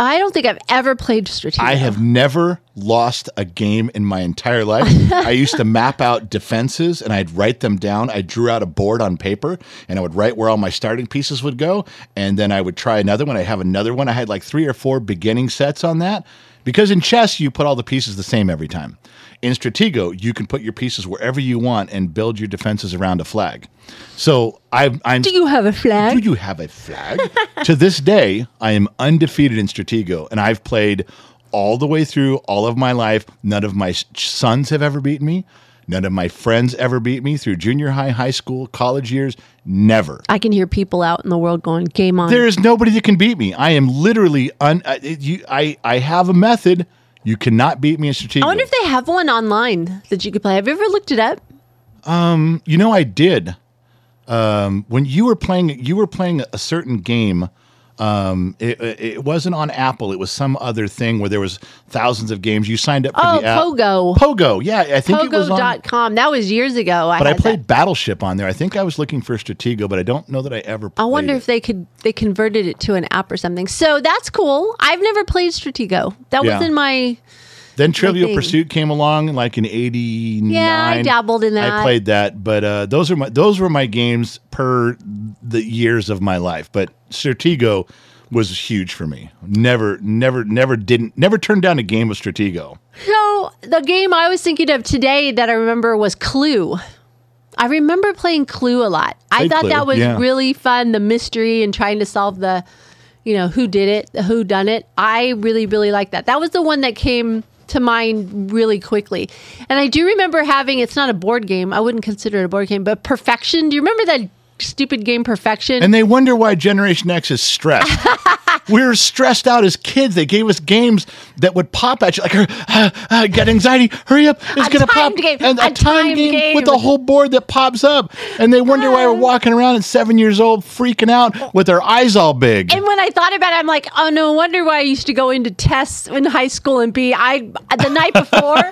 [SPEAKER 3] I don't think I've ever played Stratego.
[SPEAKER 1] I have never lost a game in my entire life. I used to map out defenses and I'd write them down. I drew out a board on paper and I would write where all my starting pieces would go. And then I would try another one. I have another one. I had like three or four beginning sets on that. Because in chess, you put all the pieces the same every time. In Stratego, you can put your pieces wherever you want and build your defenses around a flag. So I, I'm.
[SPEAKER 3] Do you have a
[SPEAKER 1] Do
[SPEAKER 3] flag?
[SPEAKER 1] you have a flag? to this day, I am undefeated in Stratego, and I've played all the way through all of my life. None of my s- sons have ever beaten me. None of my friends ever beat me through junior high, high school, college years. Never.
[SPEAKER 3] I can hear people out in the world going, "Game on."
[SPEAKER 1] There is nobody that can beat me. I am literally un. I, you, I, I have a method. You cannot beat me in Stratego.
[SPEAKER 3] I wonder if they have one online that you could play. Have you ever looked it up?
[SPEAKER 1] You know, I did. Um, when you were playing, you were playing a certain game. Um, it, it it wasn't on Apple. It was some other thing where there was thousands of games. You signed up for
[SPEAKER 3] Oh,
[SPEAKER 1] the app.
[SPEAKER 3] Pogo.
[SPEAKER 1] Pogo. Yeah, I think it was on.
[SPEAKER 3] Pogo.com. That was years ago.
[SPEAKER 1] but I
[SPEAKER 3] had that.
[SPEAKER 1] played Battleship on there. I think I was looking for Stratego, but I don't know that I ever. Played
[SPEAKER 3] I wonder
[SPEAKER 1] it.
[SPEAKER 3] if they could they converted it to an app or something. So that's cool. I've never played Stratego. That
[SPEAKER 1] Yeah.
[SPEAKER 3] was in my
[SPEAKER 1] Then Trivial
[SPEAKER 3] thing.
[SPEAKER 1] Pursuit came along like in '89.
[SPEAKER 3] Yeah, I dabbled in
[SPEAKER 1] I
[SPEAKER 3] that.
[SPEAKER 1] played that, but uh, those are my those were my games per the years of my life. But Stratego was huge for me. Never, never, never didn't never turned down a game of Stratego.
[SPEAKER 3] So the game I was thinking of today that I remember was Clue. I remember playing Clue a lot. I
[SPEAKER 1] Played
[SPEAKER 3] thought
[SPEAKER 1] Clue,
[SPEAKER 3] that was
[SPEAKER 1] yeah.
[SPEAKER 3] really fun, the mystery and trying to solve the, you know, who did it, the who done it. I really, really liked that. That was the one that came to mind really quickly. And I do remember having it's not a board game. I wouldn't consider it a board game, but Perfection. Do you remember that stupid game Perfection?
[SPEAKER 1] And they wonder why Generation X is stressed. we were stressed out as kids. They gave us games that would pop at you like, ah, ah, get anxiety, hurry up, it's
[SPEAKER 3] A
[SPEAKER 1] gonna pop.
[SPEAKER 3] timed game,
[SPEAKER 1] And
[SPEAKER 3] a
[SPEAKER 1] a, time
[SPEAKER 3] timed
[SPEAKER 1] game,
[SPEAKER 3] game.
[SPEAKER 1] with a whole board that pops up. And they wonder why we're walking around at seven years old, freaking out with our eyes all big.
[SPEAKER 3] And when I thought about it, I'm like, oh no wonder why I used to go into tests in high school and be I the night before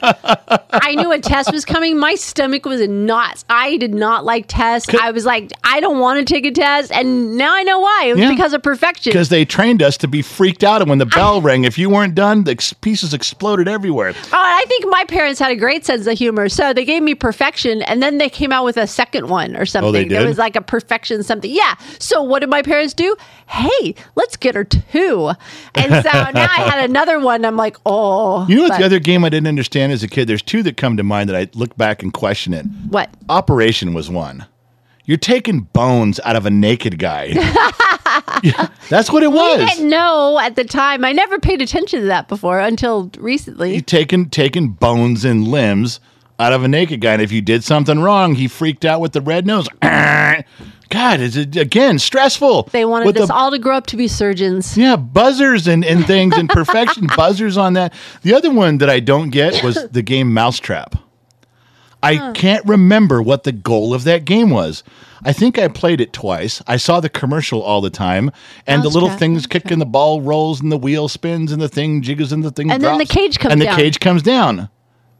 [SPEAKER 3] I knew a test was coming. My stomach was in knots. I did not like tests. I was like, I don't want to take a test, and now I know why. It was
[SPEAKER 1] Yeah.
[SPEAKER 3] because of perfection.
[SPEAKER 1] because they trained us to be freaked out, and when the bell rang, if you weren't done, the ex- pieces exploded everywhere.
[SPEAKER 3] Oh, and I think my parents had a great sense of humor. So they gave me perfection and then they came out with a second one or something. There
[SPEAKER 1] Oh, did?
[SPEAKER 3] was like a perfection something. Yeah. So what did my parents do? Hey, let's get her two. And so now I had another one. I'm like, oh.
[SPEAKER 1] You know what?
[SPEAKER 3] but
[SPEAKER 1] the other game I didn't understand as a kid. There's two that come to mind that I look back and question it.
[SPEAKER 3] What?
[SPEAKER 1] Operation was one. You're taking bones out of a naked guy. Yeah, that's what it
[SPEAKER 3] I
[SPEAKER 1] was.
[SPEAKER 3] didn't know at the time. I never paid attention to that before until
[SPEAKER 1] You
[SPEAKER 3] recently.
[SPEAKER 1] taking taking bones and limbs out of a naked guy, and if you did something wrong, he freaked out with the red nose. God, is it again stressful?
[SPEAKER 3] They wanted
[SPEAKER 1] With
[SPEAKER 3] us
[SPEAKER 1] the
[SPEAKER 3] all to grow up to be surgeons.
[SPEAKER 1] Yeah, buzzers and, and things and perfection buzzers on that. The other one that I don't get was the game Mousetrap. I can't remember what the goal of that game was. I think I played it twice. I saw the commercial all the time, and the little
[SPEAKER 3] Mousetrap,
[SPEAKER 1] things kick and the ball rolls and the wheel spins and the thing jiggles and the thing
[SPEAKER 3] And then
[SPEAKER 1] drops.
[SPEAKER 3] the cage comes
[SPEAKER 1] and
[SPEAKER 3] down.
[SPEAKER 1] the cage comes down.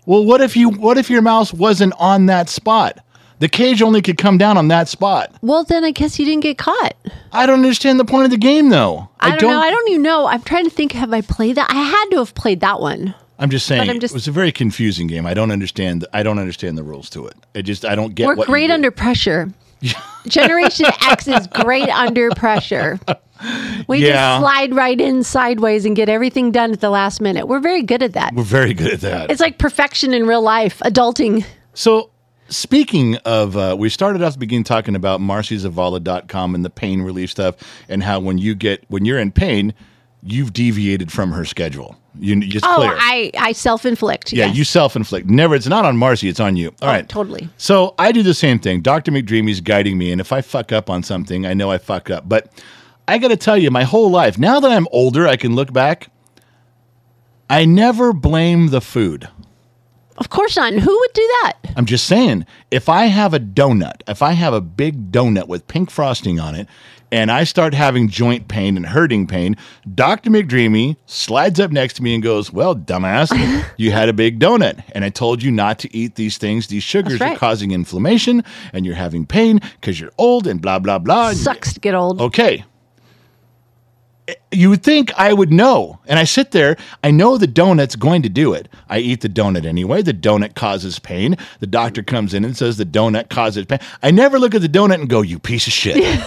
[SPEAKER 1] Well, what if you what if your mouse wasn't on that spot? The cage only could come down on that spot.
[SPEAKER 3] Well, then I guess you didn't get caught.
[SPEAKER 1] I don't understand the point of the game though.
[SPEAKER 3] I, don't, know. I don't even know. I'm trying to think. Have I played that? I had to have played that one.
[SPEAKER 1] I'm just saying
[SPEAKER 3] I'm just-
[SPEAKER 1] it was a very confusing game. I don't understand I don't understand the rules to it. I just I don't get
[SPEAKER 3] We're
[SPEAKER 1] what you
[SPEAKER 3] great
[SPEAKER 1] do.
[SPEAKER 3] under pressure. Generation X is great under pressure. We
[SPEAKER 1] Yeah.
[SPEAKER 3] just slide right in sideways and get everything done at the last minute. We're very good at that.
[SPEAKER 1] We're very good at that.
[SPEAKER 3] It's like perfection in real life, adulting.
[SPEAKER 1] So, speaking of, uh, we started off the beginning talking about marcyzavala.com and the pain relief stuff, and how when you get when you're in pain, you've deviated from her schedule. You, it's
[SPEAKER 3] Oh,
[SPEAKER 1] clear.
[SPEAKER 3] I, I self inflict. Oh,
[SPEAKER 1] yeah, you self inflict. Never, it's not on Marcy, it's on you. All right,
[SPEAKER 3] totally.
[SPEAKER 1] So I do the same thing. Dr. McDreamy's guiding me, and if I fuck up on something, I know I fuck up. But I got to tell you, my whole life, now that I'm older, I can look back. I never blame the food.
[SPEAKER 3] Of course not. And who would do that?
[SPEAKER 1] I'm just saying, if I have a donut, if I have a big donut with pink frosting on it, and I start having joint pain and hurting pain, Dr. McDreamy slides up next to me and goes, Well, dumbass, you had a big donut. And I told you not to eat these things. These sugars are
[SPEAKER 3] right.
[SPEAKER 1] causing inflammation, and you're having pain because you're old and blah, blah, blah. And-
[SPEAKER 3] Sucks to get old.
[SPEAKER 1] Okay. You would think I would know. And I sit there, I know the donut's going to do it. I eat the donut anyway. The donut causes pain. The doctor comes in and says the donut causes pain. I never look at the donut and go, you piece of shit.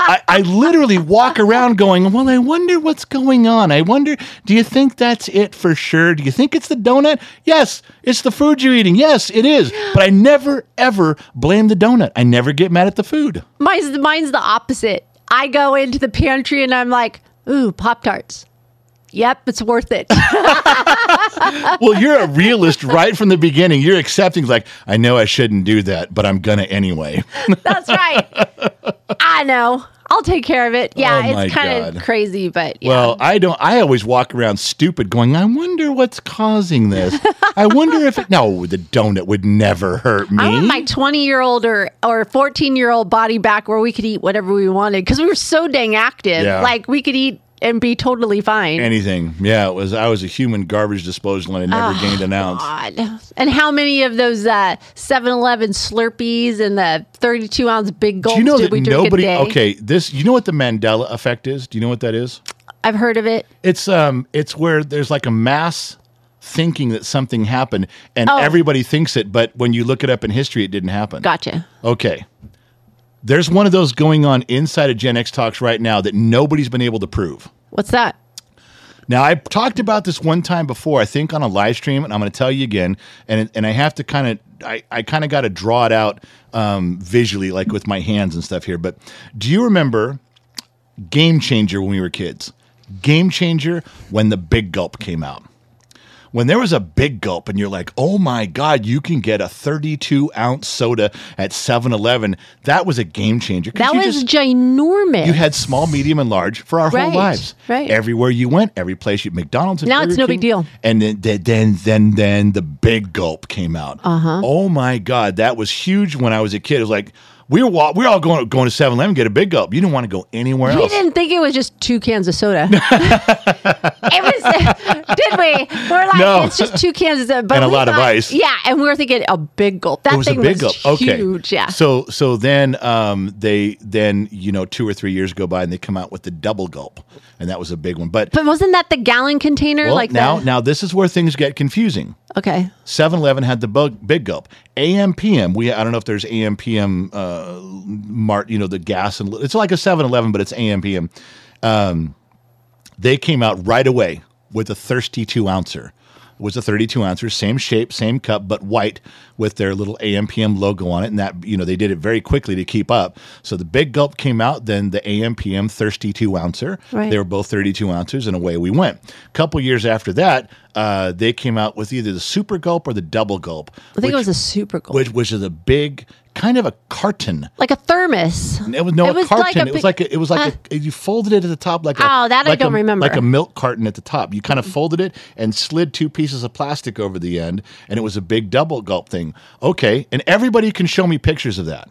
[SPEAKER 1] I, I literally walk around going, Well, I wonder what's going on. I wonder, do you think that's it for sure? Do you think it's the donut? Yes, it's the food you're eating. Yes, it is. But I never, ever blame the donut. I never get mad at the food.
[SPEAKER 3] Mine's, mine's the opposite. I go into the pantry and I'm like, ooh, Pop Tarts. Yep, it's worth it.
[SPEAKER 1] Well, you're a realist right from the beginning. You're accepting, like, I know I shouldn't do that, but I'm gonna anyway.
[SPEAKER 3] That's right. I know. I'll take care of it. Yeah,
[SPEAKER 1] Oh, my
[SPEAKER 3] it's kind
[SPEAKER 1] God.
[SPEAKER 3] of crazy, but yeah.
[SPEAKER 1] Well, I don't. I always walk around stupid, going, I wonder what's causing this. I wonder if it. No, the donut would never hurt me.
[SPEAKER 3] I want my 20 year old or, or 14 year old body back where we could eat whatever we wanted because we were so dang active.
[SPEAKER 1] Yeah.
[SPEAKER 3] Like we could eat and be totally fine.
[SPEAKER 1] Anything. Yeah, it was. I was a human garbage disposal, and I never gained an ounce.
[SPEAKER 3] God. And how many of those 7 Eleven Slurpees and the 32 ounce big gulps
[SPEAKER 1] Do you know
[SPEAKER 3] did
[SPEAKER 1] that
[SPEAKER 3] we drink
[SPEAKER 1] nobody?
[SPEAKER 3] a day?
[SPEAKER 1] Okay, this. You know what the Mandela effect is? Do you know what that is?
[SPEAKER 3] I've heard of it.
[SPEAKER 1] It's um, it's where there's like a mass thinking that something happened, and
[SPEAKER 3] Oh.
[SPEAKER 1] everybody thinks it, but when you look it up in history, it didn't happen.
[SPEAKER 3] Gotcha.
[SPEAKER 1] Okay. There's one of those going on inside of Gen X Talks right now that nobody's been able to prove.
[SPEAKER 3] What's that?
[SPEAKER 1] Now, I talked about this one time before, I think on a live stream, and I'm going to tell you again. And, and I have to kind of, I, I kind of got to draw it out um, visually, like with my hands and stuff here. But do you remember Game Changer when we were kids? Game Changer when the Big Gulp came out. When there was a big gulp, and you're like, oh my God, you can get a 32 ounce soda at 7 Eleven, that was a game changer. 'Cause
[SPEAKER 3] That
[SPEAKER 1] you
[SPEAKER 3] was
[SPEAKER 1] just-
[SPEAKER 3] ginormous.
[SPEAKER 1] you had small, medium, and large for our
[SPEAKER 3] Right,
[SPEAKER 1] whole lives.
[SPEAKER 3] right.
[SPEAKER 1] Everywhere you went, every place you McDonald's. And
[SPEAKER 3] Now it's
[SPEAKER 1] Burger
[SPEAKER 3] no big
[SPEAKER 1] King.
[SPEAKER 3] deal.
[SPEAKER 1] And then, then, then, then, then the big gulp came out. Uh-huh. Oh my God, that was huge when I was a kid. It was like we were wa- we were all going going to 7-Eleven get a big gulp. You didn't want to go anywhere
[SPEAKER 3] We
[SPEAKER 1] else.
[SPEAKER 3] didn't think it was just two cans of soda. it was, did we? We're like,
[SPEAKER 1] No.
[SPEAKER 3] it's just two cans of soda. But
[SPEAKER 1] And a
[SPEAKER 3] we
[SPEAKER 1] lot of
[SPEAKER 3] thought-
[SPEAKER 1] ice.
[SPEAKER 3] Yeah, and we were thinking a big gulp. That
[SPEAKER 1] It was a
[SPEAKER 3] thing
[SPEAKER 1] big
[SPEAKER 3] was
[SPEAKER 1] gulp. Okay.
[SPEAKER 3] huge. Yeah.
[SPEAKER 1] So so then um they then you know two or three years go by and they come out with the double gulp and that was a big one. But,
[SPEAKER 3] but wasn't that the gallon container?
[SPEAKER 1] well,
[SPEAKER 3] like
[SPEAKER 1] now
[SPEAKER 3] the-
[SPEAKER 1] now this is where things get confusing.
[SPEAKER 3] Okay.
[SPEAKER 1] 7 Eleven had the bug, big gulp. AM PM, we, I don't know if there's AM PM, uh, mart, you know, the gas and it's like a 7 Eleven, but it's AM PM. Um, they came out right away with a thirsty two ouncer. It was a 32 ouncer, same shape, same cup, but white with their little AM PM logo on it. And that, you know, they did it very quickly to keep up. So the big gulp came out, then the AM PM thirsty two ouncer.
[SPEAKER 3] Right.
[SPEAKER 1] They were both 32 ounces, and away we went. A couple years after that, uh, they came out with either the super gulp or the double gulp,
[SPEAKER 3] I
[SPEAKER 1] which,
[SPEAKER 3] think it was a super gulp.
[SPEAKER 1] which, which is a big kind of a carton.
[SPEAKER 3] like a thermos.
[SPEAKER 1] It was no
[SPEAKER 3] It
[SPEAKER 1] a
[SPEAKER 3] was
[SPEAKER 1] carton.
[SPEAKER 3] like a
[SPEAKER 1] it was
[SPEAKER 3] big- uh,
[SPEAKER 1] like a, it was like a, you folded it at the top like a,
[SPEAKER 3] Oh, that I
[SPEAKER 1] like a-
[SPEAKER 3] don't remember.
[SPEAKER 1] like a milk carton at the top. You kind of folded it and slid two pieces of plastic over the end, and it was a big double gulp thing. Okay, and everybody can show me pictures of that.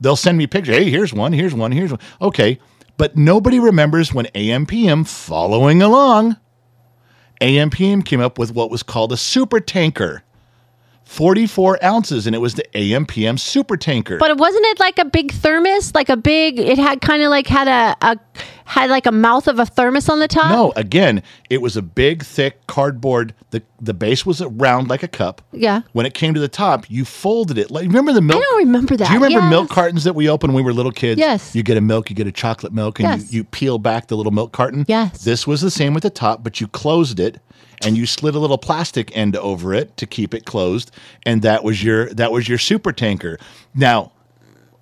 [SPEAKER 1] They'll send me pictures. Hey, here's one. Here's one. Here's one. Okay, but nobody remembers when AM/PM following along AMPM came up with what was called a super tanker, 44 ounces, and it was the AMPM super tanker.
[SPEAKER 3] But wasn't it like a big thermos? Like a big, it had kind of like had a, a had like a mouth of a thermos on the top.
[SPEAKER 1] no, again, it was a big, thick cardboard. The the base was round like a cup.
[SPEAKER 3] Yeah.
[SPEAKER 1] When it came to the top, you folded it. Like remember the milk?
[SPEAKER 3] don't remember that.
[SPEAKER 1] Do you remember milk
[SPEAKER 3] Yes.
[SPEAKER 1] cartons that we opened when we were little kids?
[SPEAKER 3] Yes.
[SPEAKER 1] You get a milk, you get a chocolate milk, and
[SPEAKER 3] Yes.
[SPEAKER 1] you, you peel back the little milk carton.
[SPEAKER 3] Yes.
[SPEAKER 1] This was the same with the top, but you closed it and you slid a little plastic end over it to keep it closed, and that was your that was your super tanker. Now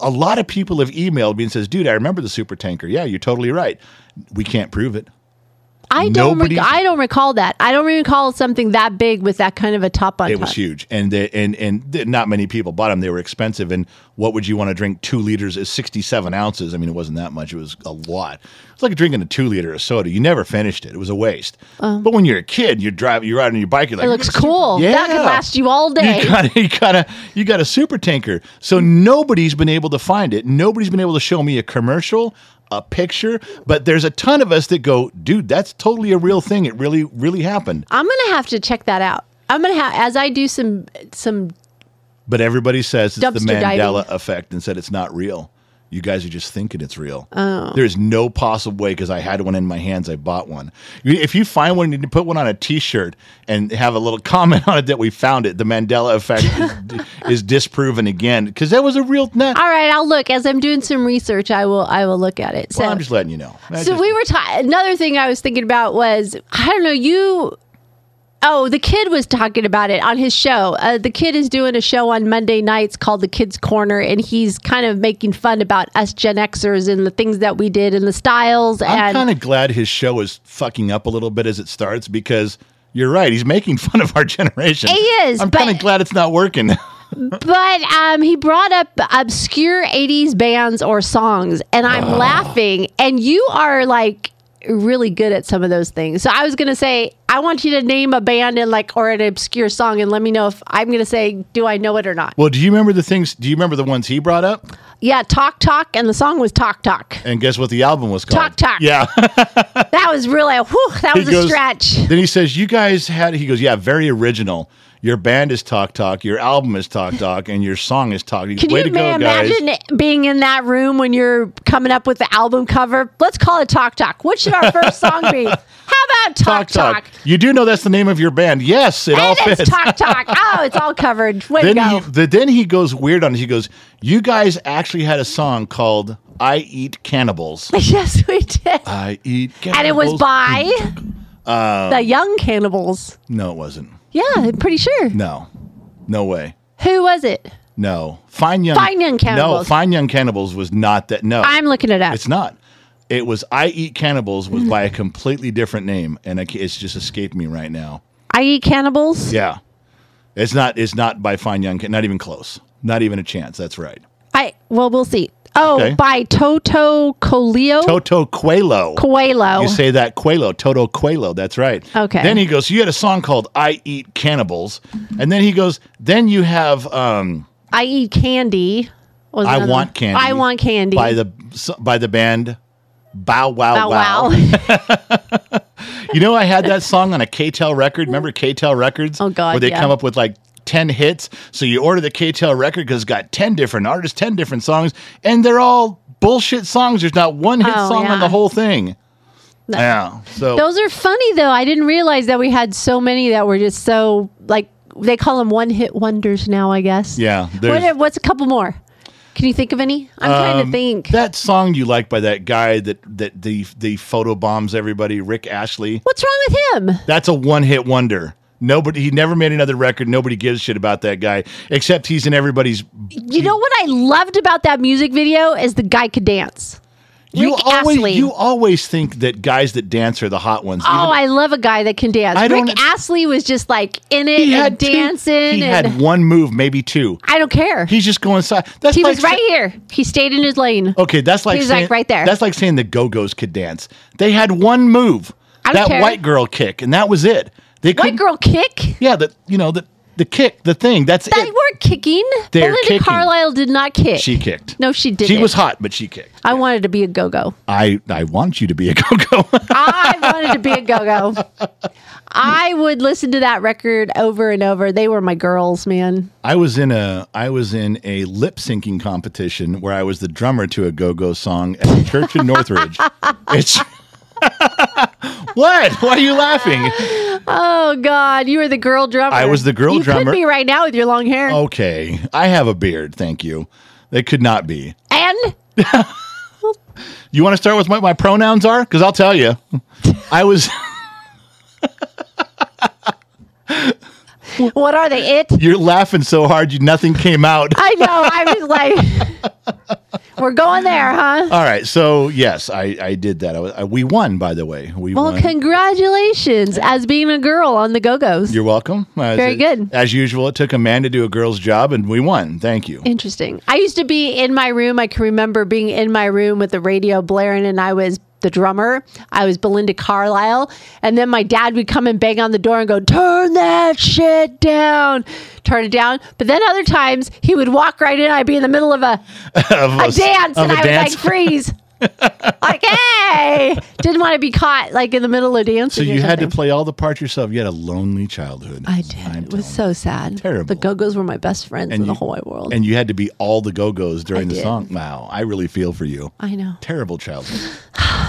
[SPEAKER 1] a lot of people have emailed me and says, "Dude, I remember the super tanker. Yeah, you're totally right. We can't prove it.
[SPEAKER 3] I don't. Rec-
[SPEAKER 1] Nobody-
[SPEAKER 3] I don't recall that. I don't recall something that big with that kind of a top on
[SPEAKER 1] It
[SPEAKER 3] top.
[SPEAKER 1] was huge, and they, and and th- not many people bought them. They were expensive, and what would you want to drink? Two liters is sixty-seven ounces. I mean, it wasn't that much. It was a lot. It's like drinking a two-liter of soda. You never finished it. It was a waste. but when you're a kid, you're driving, you're out on your bike. You're like,
[SPEAKER 3] Um, It looks cool. That could last you all day.
[SPEAKER 1] You got, you got a you got a super tanker. So nobody's been able to find it. Nobody's been able to show me a commercial, a picture. But there's a ton of us that go, dude, that's totally a real thing. It really, really happened.
[SPEAKER 3] I'm gonna have to check that out. I'm gonna have as I do some some.
[SPEAKER 1] But everybody says it's the
[SPEAKER 3] Dumpster diving.
[SPEAKER 1] Mandela effect and said it's not real. You guys are just thinking it's real. There's no possible way because I had one in my hands. I bought one. You- If you find one, you need to put one on a T-shirt and have a little comment on it that we found it. The Mandela effect is, is disproven again because that was a real. Nah,
[SPEAKER 3] All right, I'll look as I'm doing some research. I will. I will look at it. So.
[SPEAKER 1] well, I'm just letting you know. I
[SPEAKER 3] so
[SPEAKER 1] just-
[SPEAKER 3] we were ta- another thing I was thinking about was I don't know you. Oh, the kid was talking about it on his show. Uh, the kid is doing a show on Monday nights called The Kids Corner, and he's kind of making fun about us Gen Xers and the things that we did and the styles.
[SPEAKER 1] I'm
[SPEAKER 3] and
[SPEAKER 1] kind of glad his show is fucking up a little bit as it starts because you're right. He's making fun of our generation. He
[SPEAKER 3] is,
[SPEAKER 1] I'm
[SPEAKER 3] but-
[SPEAKER 1] kind of glad it's not working.
[SPEAKER 3] but um, he brought up obscure 80s bands or songs, and I'm
[SPEAKER 1] Ah.
[SPEAKER 3] laughing. And you are like really good at some of those things. So I was going to say, I want you to name a band and like, or an obscure song, and let me know if I'm going to say, do I know it or not?
[SPEAKER 1] well, do you remember the things? Do you remember the ones he brought up?
[SPEAKER 3] Yeah, Talk Talk, and the song was Talk Talk.
[SPEAKER 1] And guess what the album was called?
[SPEAKER 3] Talk Talk.
[SPEAKER 1] Yeah.
[SPEAKER 3] That was really, whew, that was a stretch.
[SPEAKER 1] Then he says, You guys had, he goes, Yeah, very original. Your band is Talk Talk, your album is Talk Talk, and your song is Talk. He goes,
[SPEAKER 3] Can
[SPEAKER 1] Way
[SPEAKER 3] you
[SPEAKER 1] to go,
[SPEAKER 3] ma-
[SPEAKER 1] guys.
[SPEAKER 3] imagine being in that room when you're coming up with the album cover? Let's call it Talk Talk. What should our first song be? How about Talk Talk?
[SPEAKER 1] You do know that's the name of your band. Yes, it all
[SPEAKER 3] And
[SPEAKER 1] fits.
[SPEAKER 3] it's Talk Talk. Oh, it's all covered. Way
[SPEAKER 1] then,
[SPEAKER 3] to go.
[SPEAKER 1] He, the, then he goes weird on it. He goes, You guys actually had a song called I Eat Cannibals.
[SPEAKER 3] yes, we did.
[SPEAKER 1] I Eat Uh, Cannibals. Um,
[SPEAKER 3] and it was by the Young Cannibals.
[SPEAKER 1] No, it wasn't.
[SPEAKER 3] Yeah, I'm pretty sure.
[SPEAKER 1] No. No way.
[SPEAKER 3] Who was it?
[SPEAKER 1] No. Fine Young
[SPEAKER 3] Fine Young
[SPEAKER 1] No,
[SPEAKER 3] Cannibals.
[SPEAKER 1] Fine Young Cannibals was not that. No.
[SPEAKER 3] I'm looking it up.
[SPEAKER 1] Oh. It's not. It was I Eat Cannibals was by a completely different name, and I ca- it's just escaped me right now.
[SPEAKER 3] I Eat Cannibals.
[SPEAKER 1] Yeah, it's not. It's not by Fine Young. Ca- Not even close. Not even a chance. That's right.
[SPEAKER 3] I well, we'll see. Oh,
[SPEAKER 1] Okay.
[SPEAKER 3] by Toto Colio
[SPEAKER 1] Toto Coelho.
[SPEAKER 3] Coelho.
[SPEAKER 1] You say that Coelho, Toto Coelho. That's right.
[SPEAKER 3] Okay.
[SPEAKER 1] Then he goes. You had a song called "I Eat Cannibals," and then he goes. Then you have um,
[SPEAKER 3] I Eat Candy. was
[SPEAKER 1] "I
[SPEAKER 3] another
[SPEAKER 1] Want
[SPEAKER 3] one.
[SPEAKER 1] Candy."
[SPEAKER 3] I want candy.
[SPEAKER 1] by the by the band Bow Wow
[SPEAKER 3] Oh, wow.
[SPEAKER 1] You know, I had that song on a KTEL record. Remember KTEL records?
[SPEAKER 3] Oh, God,
[SPEAKER 1] Where they
[SPEAKER 3] yeah.
[SPEAKER 1] come up with like ten hits. So you order the KTEL record because it's got ten different artists, ten different songs, and they're all bullshit songs. There's not one hit
[SPEAKER 3] Oh,
[SPEAKER 1] song on
[SPEAKER 3] yeah.
[SPEAKER 1] the whole thing. Yeah. So
[SPEAKER 3] Those are funny though. I didn't realize that we had so many that were just so like they call them one hit wonders now. I guess.
[SPEAKER 1] Yeah,
[SPEAKER 3] What,
[SPEAKER 1] there's-
[SPEAKER 3] are- what's a couple more? Can you think of any? I'm trying to
[SPEAKER 1] um,
[SPEAKER 3] think.
[SPEAKER 1] that song you like by that guy that that the the photo bombs everybody, Rick Ashley.
[SPEAKER 3] what's wrong with him?
[SPEAKER 1] That's a one hit wonder. Nobody, he never made another record. Nobody gives shit about that guy, except he's in everybody's
[SPEAKER 3] You know what I loved about that music video is the guy could dance.
[SPEAKER 1] You
[SPEAKER 3] Rick
[SPEAKER 1] always
[SPEAKER 3] Astley.
[SPEAKER 1] you always think that guys that dance are the hot ones.
[SPEAKER 3] Oh,
[SPEAKER 1] Even-
[SPEAKER 3] I love a guy that can dance.
[SPEAKER 1] I
[SPEAKER 3] Rick
[SPEAKER 1] don't-
[SPEAKER 3] Astley was just like in it
[SPEAKER 1] he
[SPEAKER 3] and
[SPEAKER 1] had two-
[SPEAKER 3] dancing,
[SPEAKER 1] he
[SPEAKER 3] and
[SPEAKER 1] had one move, maybe two.
[SPEAKER 3] I don't care. He,
[SPEAKER 1] He's just going side. That's like
[SPEAKER 3] was right here. He stayed in his lane.
[SPEAKER 1] Okay, that's like
[SPEAKER 3] He's,
[SPEAKER 1] saying,
[SPEAKER 3] like, right there.
[SPEAKER 1] That's like saying the Go Go's could dance. They had one move,
[SPEAKER 3] I don't
[SPEAKER 1] that
[SPEAKER 3] care.
[SPEAKER 1] white girl kick, and that was it. They
[SPEAKER 3] White
[SPEAKER 1] couldn't-
[SPEAKER 3] girl kick.
[SPEAKER 1] yeah, that you know that the kick, the thing. That's
[SPEAKER 3] They
[SPEAKER 1] it.
[SPEAKER 3] weren't kicking.
[SPEAKER 1] They're
[SPEAKER 3] Belinda
[SPEAKER 1] kicking.
[SPEAKER 3] Carlisle did not kick.
[SPEAKER 1] She kicked.
[SPEAKER 3] No, she didn't.
[SPEAKER 1] She was hot, but she kicked.
[SPEAKER 3] I wanted to be a go go.
[SPEAKER 1] I I want you to be a go go.
[SPEAKER 3] I wanted to be a go go. I would listen to that record over and over. They were my girls, man.
[SPEAKER 1] I was in a I was in a lip syncing competition where I was the drummer to a go go song at a church in Northridge. It's what? Why are you laughing?
[SPEAKER 3] Oh God, you were the girl drummer.
[SPEAKER 1] I was the girl
[SPEAKER 3] you
[SPEAKER 1] drummer. Oh.
[SPEAKER 3] could be right now with your long hair.
[SPEAKER 1] Okay, I have a beard. Thank you. They could not be.
[SPEAKER 3] And
[SPEAKER 1] You want to start with what my pronouns are? Because I'll tell you, I was.
[SPEAKER 3] what are they? It.
[SPEAKER 1] You're laughing so hard, you nothing came out.
[SPEAKER 3] I know. I was like, we're going there, huh?
[SPEAKER 1] All right, so yes, I, I did that. I, was- I, we won, by the way. We
[SPEAKER 3] Well,
[SPEAKER 1] won.
[SPEAKER 3] congratulations as being a girl on the Go Go's.
[SPEAKER 1] You're welcome. As
[SPEAKER 3] Very
[SPEAKER 1] it-
[SPEAKER 3] good.
[SPEAKER 1] As usual, it took a man to do a girl's job, and we won. Thank you.
[SPEAKER 3] Interesting. I used to be in my room. I can remember being in my room with the radio blaring, and I was the drummer. I was Belinda Carlisle. And then my dad would come and bang on the door and go, Turn that shit down. Turn it down. But then other times he would walk right in. I'd be in the middle of a,
[SPEAKER 1] Of
[SPEAKER 3] a dance,
[SPEAKER 1] of
[SPEAKER 3] and
[SPEAKER 1] a
[SPEAKER 3] I would like freeze. like, hey, didn't want to be caught like in the middle of
[SPEAKER 1] so
[SPEAKER 3] dancing.
[SPEAKER 1] you
[SPEAKER 3] or
[SPEAKER 1] had to
[SPEAKER 3] something.
[SPEAKER 1] play all the parts yourself. You had a lonely childhood.
[SPEAKER 3] I did.
[SPEAKER 1] I'm
[SPEAKER 3] it was
[SPEAKER 1] telling
[SPEAKER 3] so sad.
[SPEAKER 1] Terrible.
[SPEAKER 3] The Go Go's were my best friends in the
[SPEAKER 1] you-
[SPEAKER 3] whole wide world.
[SPEAKER 1] you. And you had to be all the Go Go's during the
[SPEAKER 3] did.
[SPEAKER 1] song. Wow, I really feel for you.
[SPEAKER 3] I know.
[SPEAKER 1] Terrible childhood.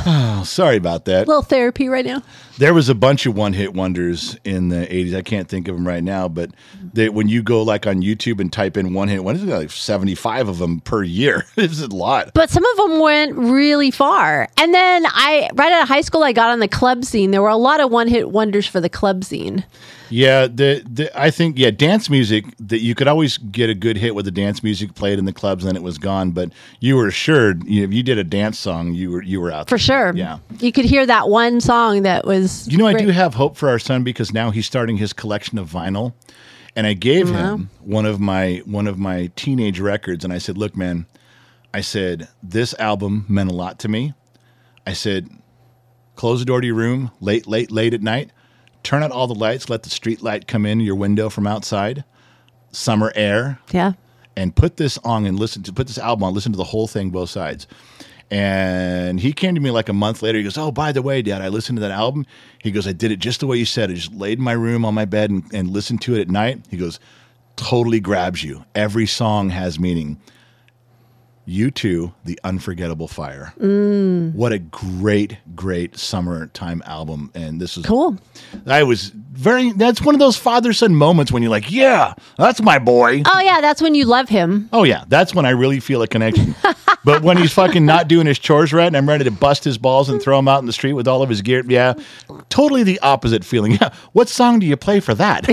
[SPEAKER 1] oh, sorry about that.
[SPEAKER 3] little therapy right now.
[SPEAKER 1] There was a bunch of one hit wonders in the 80s. I can't think of them right now, but they, when you go like on YouTube and type in one hit wonders, there's like 75 of them per year. it's a lot.
[SPEAKER 3] but some of them went really far. And then I, right out of high school, I got on the club scene. There were a lot of one hit wonders for the club scene.
[SPEAKER 1] Yeah, the, the I think yeah, dance music that you could always get a good hit with the dance music played in the clubs and then it was gone, but you were assured you know, if you did a dance song, you were you were out
[SPEAKER 3] For
[SPEAKER 1] there.
[SPEAKER 3] sure.
[SPEAKER 1] Yeah.
[SPEAKER 3] You could hear that one song that was.
[SPEAKER 1] You know, I
[SPEAKER 3] great.
[SPEAKER 1] do have hope for our son because now he's starting his collection of vinyl, and I gave him one of my one of my teenage records, and I said, "Look, man, I said this album meant a lot to me. I said, close the door to your room late, late, late at night, turn out all the lights, let the street light come in your window from outside, summer air,
[SPEAKER 3] Yeah.
[SPEAKER 1] and put this on and listen to put this album on, listen to the whole thing, both sides. And he came to me like a month later. He goes, Oh, by the way, Dad, I listened to that album. He goes, I did it just the way you said. I just laid in my room on my bed and, and listened to it at night. He goes, Totally grabs you. Every song has meaning. You two, The Unforgettable Fire.
[SPEAKER 3] Mm.
[SPEAKER 1] What a great, great summertime album. And this is
[SPEAKER 3] Cool.
[SPEAKER 1] I was very, that's one of those father son moments when you're like, Yeah, that's my boy.
[SPEAKER 3] Oh, yeah. That's when you love him.
[SPEAKER 1] Oh yeah, that's when I really feel a connection. but when he's fucking not doing his chores right, and I'm ready to bust his balls and throw him out in the street with all of his gear, yeah, totally the opposite feeling. Yeah, what song do you play for that?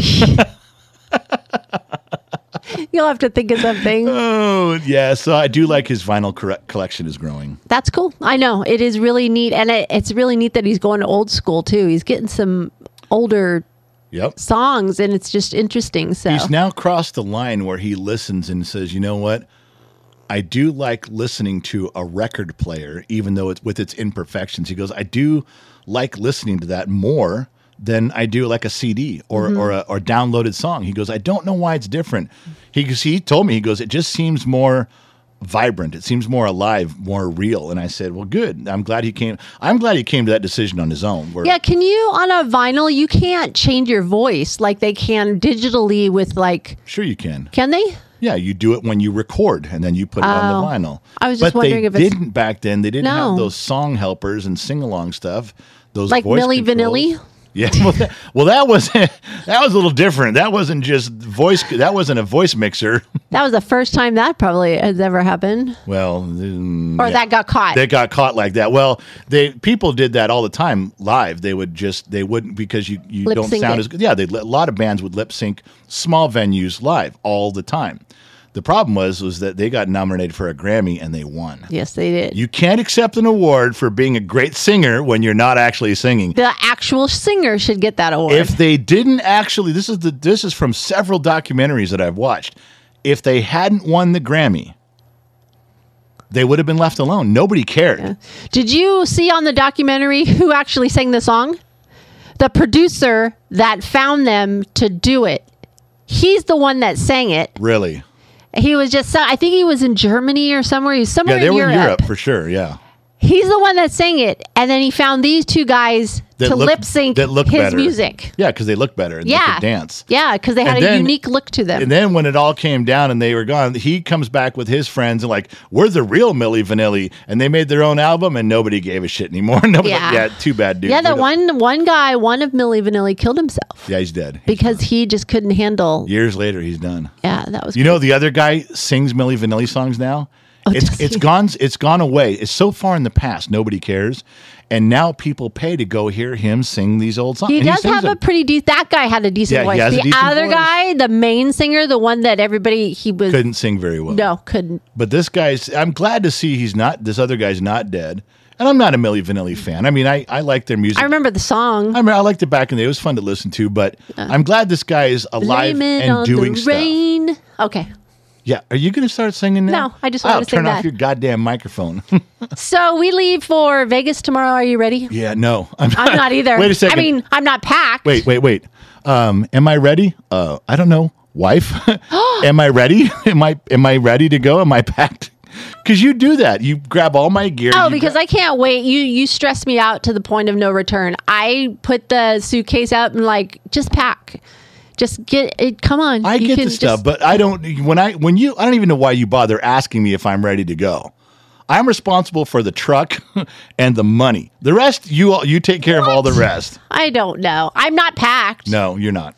[SPEAKER 3] You'll have to think of something.
[SPEAKER 1] oh yeah, so I do like his vinyl corre- collection is growing.
[SPEAKER 3] That's cool. I know. It is really neat. And it, it's really neat that he's going to old school, too. He's getting some older
[SPEAKER 1] Yep.
[SPEAKER 3] songs, and it's just interesting. So.
[SPEAKER 1] He's now crossed the line where he listens and says, "You know what? I do like listening to a record player, even though it's with its imperfections." He goes, "I do like listening to that more than I do like a CD or or a or downloaded song." He goes, "I don't know why it's different." He goes, he told me he goes, "It just seems more." vibrant it seems more alive more real and i said well good i'm glad he came i'm glad he came to that decision on his own where
[SPEAKER 3] Yeah, can you on a vinyl? You can't change your voice like they can digitally with like.
[SPEAKER 1] sure you can
[SPEAKER 3] Can they?
[SPEAKER 1] Yeah, you do it when you record, and then you put it
[SPEAKER 3] Oh.
[SPEAKER 1] on the vinyl.
[SPEAKER 3] I was just
[SPEAKER 1] but
[SPEAKER 3] wondering
[SPEAKER 1] they
[SPEAKER 3] if it's-
[SPEAKER 1] didn't back then. They didn't
[SPEAKER 3] No.
[SPEAKER 1] have those song helpers and sing along stuff. Those
[SPEAKER 3] Like
[SPEAKER 1] voice
[SPEAKER 3] Milli
[SPEAKER 1] controls.
[SPEAKER 3] Vanilli?
[SPEAKER 1] Yeah, well, that, well, that was that was a little different. That wasn't just voice. That wasn't a voice mixer.
[SPEAKER 3] That was the first time that probably has ever happened,
[SPEAKER 1] Well, mm,
[SPEAKER 3] or
[SPEAKER 1] yeah.
[SPEAKER 3] that got caught.
[SPEAKER 1] They got caught like that. Well, they people did that all the time live. They would just they wouldn't because you you
[SPEAKER 3] Lip
[SPEAKER 1] don't
[SPEAKER 3] sync
[SPEAKER 1] sound
[SPEAKER 3] it.
[SPEAKER 1] as good. Yeah, they a lot of bands would lip sync small venues live all the time. The problem was was that they got nominated for a Grammy and they won.
[SPEAKER 3] yes, they did.
[SPEAKER 1] You can't accept an award for being a great singer when you're not actually singing.
[SPEAKER 3] the actual singer should get that award.
[SPEAKER 1] If they didn't actually, this is the this is from several documentaries that I've watched. If they hadn't won the Grammy, they would have been left alone. Nobody cared.
[SPEAKER 3] did you see on the documentary who actually sang the song? The producer that found them to do it He's the one that sang it.
[SPEAKER 1] Really?
[SPEAKER 3] He was just, I think he was in Germany or somewhere. He was somewhere
[SPEAKER 1] Yeah, they
[SPEAKER 3] in,
[SPEAKER 1] were
[SPEAKER 3] Europe.
[SPEAKER 1] in Europe for sure. Yeah.
[SPEAKER 3] He's the one that sang it. And then he found these two guys
[SPEAKER 1] That
[SPEAKER 3] to
[SPEAKER 1] looked-
[SPEAKER 3] lip sync
[SPEAKER 1] that looked
[SPEAKER 3] his
[SPEAKER 1] better.
[SPEAKER 3] music.
[SPEAKER 1] Yeah, because they look better and they
[SPEAKER 3] Yeah.
[SPEAKER 1] could dance.
[SPEAKER 3] Yeah, because they had
[SPEAKER 1] And
[SPEAKER 3] a
[SPEAKER 1] then-
[SPEAKER 3] unique look to them.
[SPEAKER 1] And then when it all came down and they were gone, he comes back with his friends and like, we're the real Milli Vanilli, and they made their own album and nobody gave a shit anymore. Nobody, yeah.
[SPEAKER 3] Yeah.
[SPEAKER 1] too bad, dude.
[SPEAKER 3] yeah,
[SPEAKER 1] We
[SPEAKER 3] that
[SPEAKER 1] don't-
[SPEAKER 3] one one guy, one of Millie Vanilli killed himself
[SPEAKER 1] Yeah, he's dead.
[SPEAKER 3] because he just couldn't handle. Yeah,
[SPEAKER 1] Years later, he's done.
[SPEAKER 3] that was
[SPEAKER 1] You know, the other guy sings Milli Vanilli songs now.
[SPEAKER 3] Oh,
[SPEAKER 1] it's
[SPEAKER 3] does
[SPEAKER 1] it's
[SPEAKER 3] he?
[SPEAKER 1] gone it's gone away. It's so far in the past, nobody cares, and now people pay to go hear him sing these old songs.
[SPEAKER 3] He
[SPEAKER 1] and
[SPEAKER 3] does
[SPEAKER 1] sings
[SPEAKER 3] have a
[SPEAKER 1] them.
[SPEAKER 3] pretty decent. That guy had a decent
[SPEAKER 1] Yeah, he
[SPEAKER 3] voice.
[SPEAKER 1] has a
[SPEAKER 3] the
[SPEAKER 1] decent
[SPEAKER 3] other
[SPEAKER 1] voice.
[SPEAKER 3] guy, the main singer, the one that everybody he was
[SPEAKER 1] couldn't sing very well.
[SPEAKER 3] no couldn't.
[SPEAKER 1] But this guy's, I'm glad to see he's not, this other guy's not dead. And I'm not a Milli Vanilli fan. I mean, I, I like their music.
[SPEAKER 3] I remember the song.
[SPEAKER 1] I, mean, I liked it back in the day. It was fun to listen to, but I'm glad this guy is alive
[SPEAKER 3] Blaming
[SPEAKER 1] and
[SPEAKER 3] on
[SPEAKER 1] doing
[SPEAKER 3] the
[SPEAKER 1] stuff.
[SPEAKER 3] rain. Okay,
[SPEAKER 1] Yeah. Are you going to start singing now?
[SPEAKER 3] No, I just
[SPEAKER 1] I'll
[SPEAKER 3] wanted to
[SPEAKER 1] turn
[SPEAKER 3] sing
[SPEAKER 1] off
[SPEAKER 3] that.
[SPEAKER 1] your goddamn microphone.
[SPEAKER 3] so we leave for Vegas tomorrow. Are you ready?
[SPEAKER 1] yeah, no. I'm not.
[SPEAKER 3] I'm not either.
[SPEAKER 1] Wait a second.
[SPEAKER 3] I mean, I'm not packed.
[SPEAKER 1] wait, wait, wait. Um, am I ready? Uh, I don't know. Wife, am I ready? Am I am I ready to go? Am I packed? Because you do that. You grab all my gear.
[SPEAKER 3] Oh,
[SPEAKER 1] you
[SPEAKER 3] because I can't wait. You you stress me out to the point of no return. I put the suitcase up and like just pack, just get it. Come on,
[SPEAKER 1] I
[SPEAKER 3] You
[SPEAKER 1] get
[SPEAKER 3] can
[SPEAKER 1] the stuff,
[SPEAKER 3] just-
[SPEAKER 1] but I don't. When I when you, I don't even know why you bother asking me if I'm ready to go. I'm responsible for the truck and the money. The rest, you all, you take care of all the rest.
[SPEAKER 3] I don't know. I'm not packed.
[SPEAKER 1] No, you're not.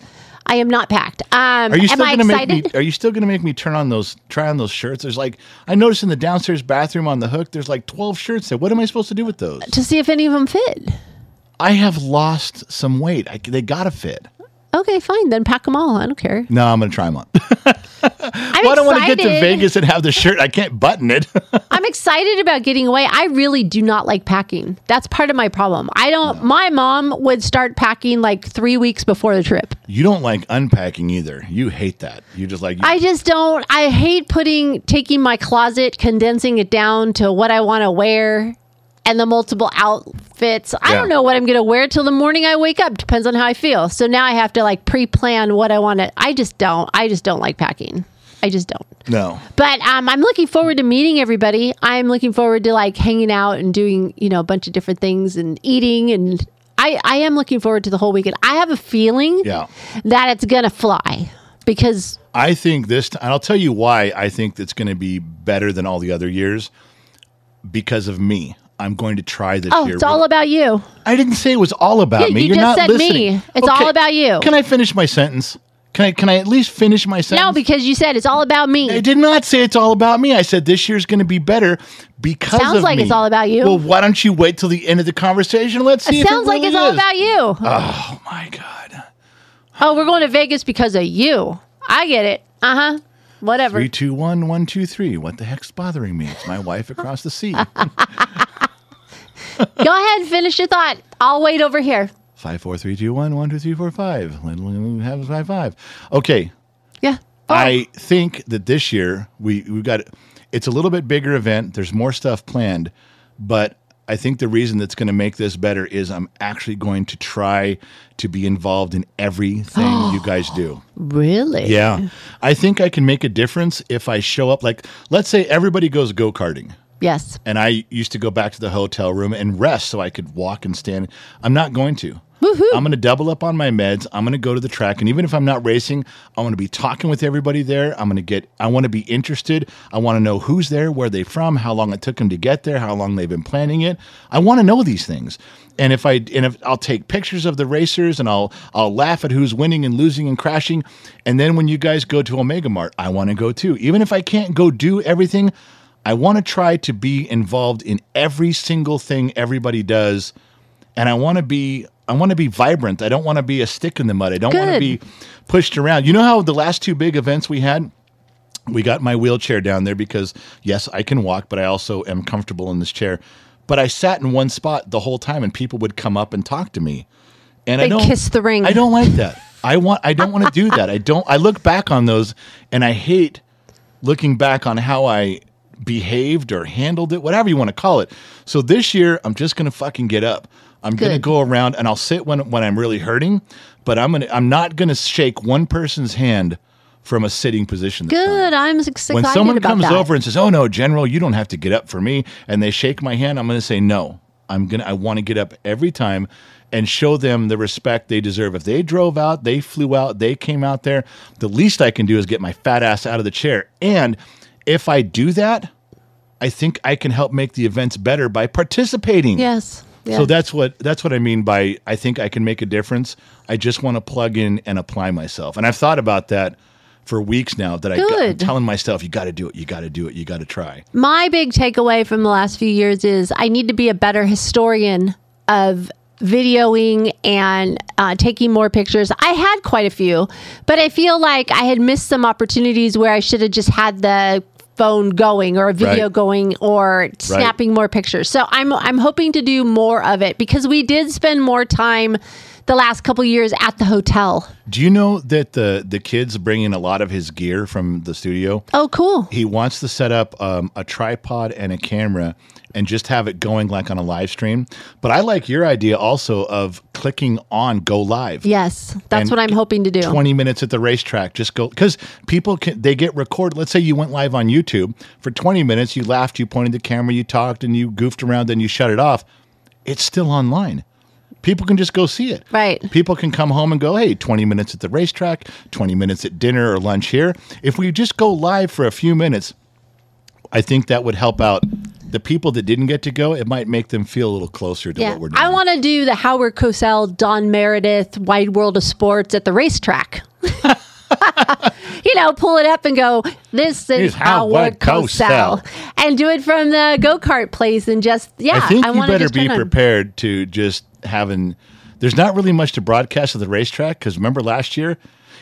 [SPEAKER 3] I am not packed. Um,
[SPEAKER 1] Are you
[SPEAKER 3] am
[SPEAKER 1] still
[SPEAKER 3] I
[SPEAKER 1] gonna make
[SPEAKER 3] excited?
[SPEAKER 1] me? Are you still gonna make me turn on those? Try on those shirts. There's like I noticed in the downstairs bathroom on the hook. There's like 12 shirts there. What am I supposed to do with those?
[SPEAKER 3] to see if any of them fit.
[SPEAKER 1] I have lost some weight. I, they gotta fit.
[SPEAKER 3] Okay, fine. Then pack them all. I don't care.
[SPEAKER 1] No, I'm gonna try them on.
[SPEAKER 3] I'm
[SPEAKER 1] Well, I don't want to
[SPEAKER 3] excited.
[SPEAKER 1] get to Vegas and have the shirt. I can't button it.
[SPEAKER 3] I'm excited about getting away. I really do not like packing. That's part of my problem. I don't. My mom would start packing like three weeks before the trip.
[SPEAKER 1] you don't like unpacking either. You hate that. You just like
[SPEAKER 3] I just don't. I hate putting taking my closet, condensing it down to what I want to wear, and the multiple outfits. I
[SPEAKER 1] Yeah.
[SPEAKER 3] don't know what I'm going to wear till the morning I wake up. Depends on how I feel. So now I have to like pre-plan what I want to. I just don't. I just don't like packing. I just don't.
[SPEAKER 1] no.
[SPEAKER 3] But um, I'm looking forward to meeting everybody. I'm looking forward to like hanging out and doing you know a bunch of different things and eating and. I, I am looking forward to the whole weekend. I have a feeling
[SPEAKER 1] Yeah.
[SPEAKER 3] that it's gonna fly because
[SPEAKER 1] I think this, t- and I'll tell you why I think that's going to be better than all the other years because of me. I'm going to try this
[SPEAKER 3] Oh,
[SPEAKER 1] year.
[SPEAKER 3] it's all about you.
[SPEAKER 1] I didn't say it was all about
[SPEAKER 3] Yeah,
[SPEAKER 1] me.
[SPEAKER 3] you
[SPEAKER 1] You're
[SPEAKER 3] just
[SPEAKER 1] not
[SPEAKER 3] said me.
[SPEAKER 1] listening.
[SPEAKER 3] It's all about you.
[SPEAKER 1] Can I finish my sentence? Can I, can I at least finish my sentence?
[SPEAKER 3] No, because you said it's all about me.
[SPEAKER 1] I did not say it's all about me. I said this year's going to be better because
[SPEAKER 3] Sounds
[SPEAKER 1] of
[SPEAKER 3] like
[SPEAKER 1] me.
[SPEAKER 3] it's all about you.
[SPEAKER 1] Well, why don't you wait till the end of the conversation? Let's see.
[SPEAKER 3] It
[SPEAKER 1] if
[SPEAKER 3] sounds like
[SPEAKER 1] really
[SPEAKER 3] it's all
[SPEAKER 1] is.
[SPEAKER 3] about you.
[SPEAKER 1] Oh my god.
[SPEAKER 3] oh, we're going to Vegas because of you. I get it. Uh huh. Whatever.
[SPEAKER 1] Three, two, one, one, two, three. What the heck's bothering me? It's my wife across the sea.
[SPEAKER 3] Go ahead, finish your thought. I'll wait over here.
[SPEAKER 1] Five, four, three, two, one, one, two, three, four, five. Let- let- let- Have five, five. Okay,
[SPEAKER 3] Yeah. Oh,
[SPEAKER 1] I think that this year we we got it's a little bit bigger event. There's more stuff planned, but I think the reason that's going to make this better is I'm actually going to try to be involved in everything you guys do.
[SPEAKER 3] really?
[SPEAKER 1] Yeah, I think I can make a difference if I show up. Like, let's say everybody goes go karting
[SPEAKER 3] Yes.
[SPEAKER 1] and I used to go back to the hotel room and rest so I could walk and stand. I'm not going to. I'm going to double up on my meds. I'm going to go to the track, and even if I'm not racing, I want to be talking with everybody there. I'm going to get. I want to be interested. I want to know who's there, where they from, how long it took them to get there, how long they've been planning it. I want to know these things. And if I and if I'll take pictures of the racers and I'll I'll laugh at who's winning and losing and crashing, and then when you guys go to Omega Mart, I want to go too. Even if I can't go do everything, I want to try to be involved in every single thing everybody does, and I want to be I want to be vibrant. I don't want to be a stick in the mud. I don't want to be
[SPEAKER 3] Good.
[SPEAKER 1] pushed around. You know how the last two big events we had, we got my wheelchair down there because yes, I can walk, but I also am comfortable in this chair. But I sat in one spot the whole time, and people would come up and talk to me. And I
[SPEAKER 3] They
[SPEAKER 1] don't
[SPEAKER 3] kiss the ring.
[SPEAKER 1] I don't like that. I want. I don't want to do that. I don't. I look back on those, and I hate looking back on how I behaved or handled it, whatever you want to call it. So this year, I'm just going to fucking get up. I'm going to
[SPEAKER 3] Good.
[SPEAKER 1] go around and I'll sit when when I'm really hurting, but I'm gonna I'm not gonna shake one person's hand from a sitting position. this time.
[SPEAKER 3] Good. I'm excited
[SPEAKER 1] When someone
[SPEAKER 3] about
[SPEAKER 1] comes
[SPEAKER 3] that.
[SPEAKER 1] over and says, "Oh no, General, you don't have to get up for me," and they shake my hand, I'm gonna say no. I'm gonna I want to get up every time and show them the respect they deserve. If they drove out, they flew out, they came out there. The least I can do is get my fat ass out of the chair. And if I do that, I think I can help make the events better by participating.
[SPEAKER 3] yes. Yeah.
[SPEAKER 1] So that's what that's what I mean by I think I can make a difference. I just want to plug in and apply myself. And I've thought about that for weeks now that I got, I'm
[SPEAKER 3] Good.
[SPEAKER 1] telling myself you got to do it, you got to do it, you got to try.
[SPEAKER 3] My big takeaway from the last few years is I need to be a better historian of videoing and uh, taking more pictures. I had quite a few, but I feel like I had missed some opportunities where I should have just had the phone going or a video
[SPEAKER 1] Right.
[SPEAKER 3] going or snapping more pictures. So I'm I'm hoping to do more of it because we did spend more time the last couple years at the hotel.
[SPEAKER 1] Do you know that the the kids bring in a lot of his gear from the studio?
[SPEAKER 3] Oh, cool.
[SPEAKER 1] He wants to set up um, a tripod and a camera and just have it going like on a live stream. But I like your idea also of clicking on go live.
[SPEAKER 3] Yes, that's
[SPEAKER 1] And
[SPEAKER 3] what I'm hoping to do.
[SPEAKER 1] 20 minutes at the racetrack just go because people can they get recorded let's say you went live on youtube for 20 minutes you laughed you pointed the camera you talked and you goofed around then you shut it off it's still online people can just go see it
[SPEAKER 3] Right.
[SPEAKER 1] people can come home and go hey 20 minutes at the racetrack 20 minutes at dinner or lunch here if we just go live for a few minutes i think that would help out the people that didn't get to go it might make them feel a little closer to
[SPEAKER 3] Yeah,
[SPEAKER 1] what we're doing
[SPEAKER 3] I want to do the Howard Cosell, Don Meredith, Wide World of Sports at the racetrack. you know, pull it up and go. This
[SPEAKER 1] Here's
[SPEAKER 3] is Howard,
[SPEAKER 1] Howard Cosell."
[SPEAKER 3] Cosell. and do it from the go kart place and just yeah.
[SPEAKER 1] I think you
[SPEAKER 3] wanna
[SPEAKER 1] better
[SPEAKER 3] just
[SPEAKER 1] be
[SPEAKER 3] turn on-
[SPEAKER 1] prepared to just having. There's not really much to broadcast at the racetrack because remember last year,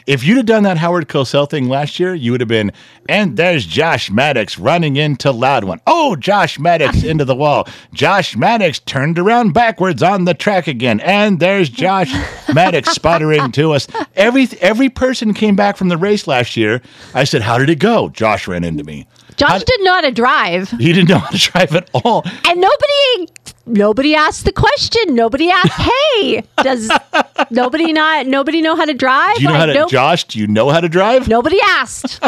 [SPEAKER 1] if you'd have done that Howard Cosell thing last year, you would have been. And there's Josh Maddox running into Loudon. Oh, Josh Maddox into the wall. Josh Maddox turned around backwards on the track again, and there's Josh Maddox sputtering to us. Every every person came back from the race last year. I said, "How did it go?" Josh ran into me.
[SPEAKER 3] Josh did know how to drive,
[SPEAKER 1] He didn't know how to drive at all.
[SPEAKER 3] and nobody nobody asked the question. Nobody asked, "Hey, does nobody not nobody know how to drive?"
[SPEAKER 1] Do you know
[SPEAKER 3] Like,
[SPEAKER 1] how to,
[SPEAKER 3] nope.
[SPEAKER 1] Josh? Do you know how to drive?
[SPEAKER 3] Nobody asked.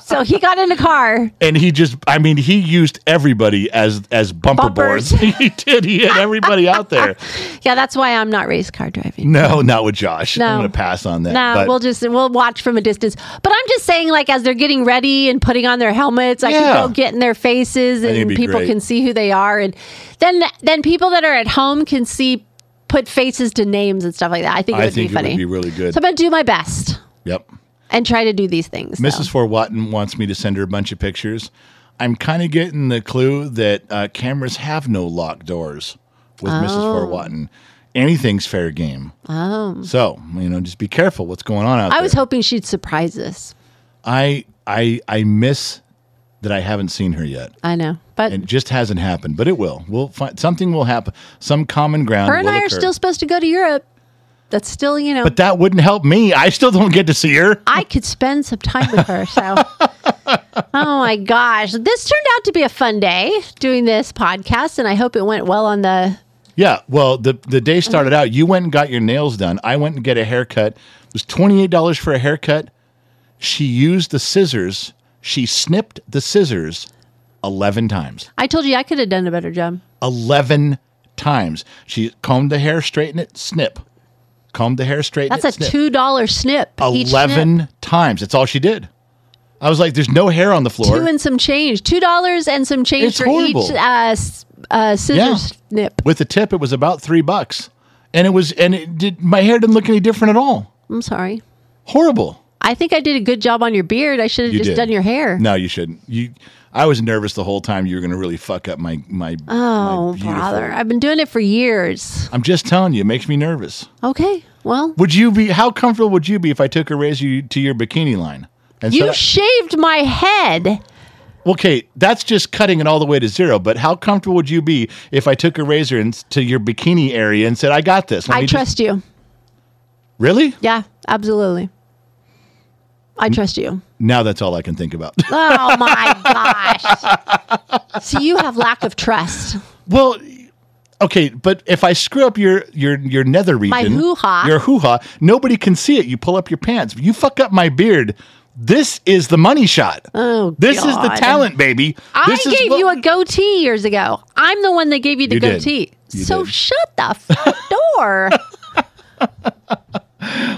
[SPEAKER 3] so he got in the car.
[SPEAKER 1] and he just i mean he used everybody as as bumper boards
[SPEAKER 3] Bumpers.
[SPEAKER 1] he did he had everybody out there
[SPEAKER 3] Yeah, that's why I'm not race car driving.
[SPEAKER 1] no not with josh i'm
[SPEAKER 3] No.
[SPEAKER 1] gonna pass on that
[SPEAKER 3] No,
[SPEAKER 1] but
[SPEAKER 3] we'll just we'll watch from a distance. But I'm just saying, like as they're getting ready and putting on their helmets, I
[SPEAKER 1] Yeah.
[SPEAKER 3] can go get in their faces,
[SPEAKER 1] it'd
[SPEAKER 3] and
[SPEAKER 1] be
[SPEAKER 3] people
[SPEAKER 1] great.
[SPEAKER 3] can see who they are, and then then people that are at home can see put faces to names and stuff like that. I think it
[SPEAKER 1] i
[SPEAKER 3] would
[SPEAKER 1] think
[SPEAKER 3] be
[SPEAKER 1] it
[SPEAKER 3] funny.
[SPEAKER 1] would be really good
[SPEAKER 3] so I'm gonna do my best
[SPEAKER 1] yep
[SPEAKER 3] and try to do these things. so.
[SPEAKER 1] mrs forwatton wants me to send her a bunch of pictures i'm kind of getting the clue that uh, cameras have no locked doors with mrs
[SPEAKER 3] Oh.
[SPEAKER 1] forwatton anything's fair game oh so you know just be careful what's going on out
[SPEAKER 3] I
[SPEAKER 1] there
[SPEAKER 3] was hoping she'd surprise us.
[SPEAKER 1] i i i miss that i haven't seen her yet
[SPEAKER 3] I know, but
[SPEAKER 1] It just hasn't happened, but it will. We'll find something will happen. Some common ground.
[SPEAKER 3] her and
[SPEAKER 1] will
[SPEAKER 3] I are
[SPEAKER 1] occur.
[SPEAKER 3] still supposed to go to Europe. That's still, you know,
[SPEAKER 1] But that wouldn't help me. I still don't get to see her.
[SPEAKER 3] I could spend some time with her. So, oh my gosh, this turned out to be a fun day doing this podcast, and I hope it went well on the.
[SPEAKER 1] Yeah. Well, the the day started out. You went and got your nails done. I went and get a haircut. It was twenty eight dollars for a haircut. She used the scissors. She snipped the scissors eleven times.
[SPEAKER 3] I told you I could have done a better job.
[SPEAKER 1] Eleven times. She combed the hair, straightened it, snip. Combed the hair, straightened
[SPEAKER 3] That's
[SPEAKER 1] it.
[SPEAKER 3] a
[SPEAKER 1] snip.
[SPEAKER 3] two dollar snip. each snip.
[SPEAKER 1] Eleven times. That's all she did. I was like, "There's no hair on the floor."
[SPEAKER 3] two and some change, two dollars and some change
[SPEAKER 1] It's
[SPEAKER 3] for
[SPEAKER 1] horrible.
[SPEAKER 3] each uh, s- uh, scissors
[SPEAKER 1] Yeah.
[SPEAKER 3] snip.
[SPEAKER 1] with the tip it was about three bucks and it was and it did my hair didn't look any different at all
[SPEAKER 3] I'm sorry.
[SPEAKER 1] horrible
[SPEAKER 3] I think I did a good job on your beard. I should have
[SPEAKER 1] You
[SPEAKER 3] just
[SPEAKER 1] did.
[SPEAKER 3] done your hair.
[SPEAKER 1] no you shouldn't you i was nervous the whole time you were going to really fuck up my my
[SPEAKER 3] Oh,
[SPEAKER 1] my beautiful-
[SPEAKER 3] brother. I've been doing it for years.
[SPEAKER 1] i'm just telling you it makes me nervous
[SPEAKER 3] Okay. Well,
[SPEAKER 1] would you be how comfortable would you be if i took a razor to your bikini line and
[SPEAKER 3] you
[SPEAKER 1] said-
[SPEAKER 3] shaved my head.
[SPEAKER 1] okay that's just cutting it all the way to zero but how comfortable would you be if i took a razor and, to your bikini area and said i got this Let
[SPEAKER 3] I
[SPEAKER 1] me just-"
[SPEAKER 3] trust you.
[SPEAKER 1] really
[SPEAKER 3] Yeah, absolutely. I
[SPEAKER 1] Mm.
[SPEAKER 3] trust you.
[SPEAKER 1] now that's all i can think about
[SPEAKER 3] Oh my gosh. so you have lack of trust.
[SPEAKER 1] Well, okay, but if I screw up your your your nether region,
[SPEAKER 3] hoo-ha.
[SPEAKER 1] your hoo ha, nobody can see it. You pull up your pants. You fuck up my beard. This is the money shot.
[SPEAKER 3] Oh,
[SPEAKER 1] this is the
[SPEAKER 3] God.
[SPEAKER 1] talent, baby.
[SPEAKER 3] I
[SPEAKER 1] this is
[SPEAKER 3] gave
[SPEAKER 1] what-
[SPEAKER 3] you a goatee years ago. I'm the one that gave you the
[SPEAKER 1] You did.
[SPEAKER 3] goatee.
[SPEAKER 1] You
[SPEAKER 3] so
[SPEAKER 1] did.
[SPEAKER 3] shut the f- door.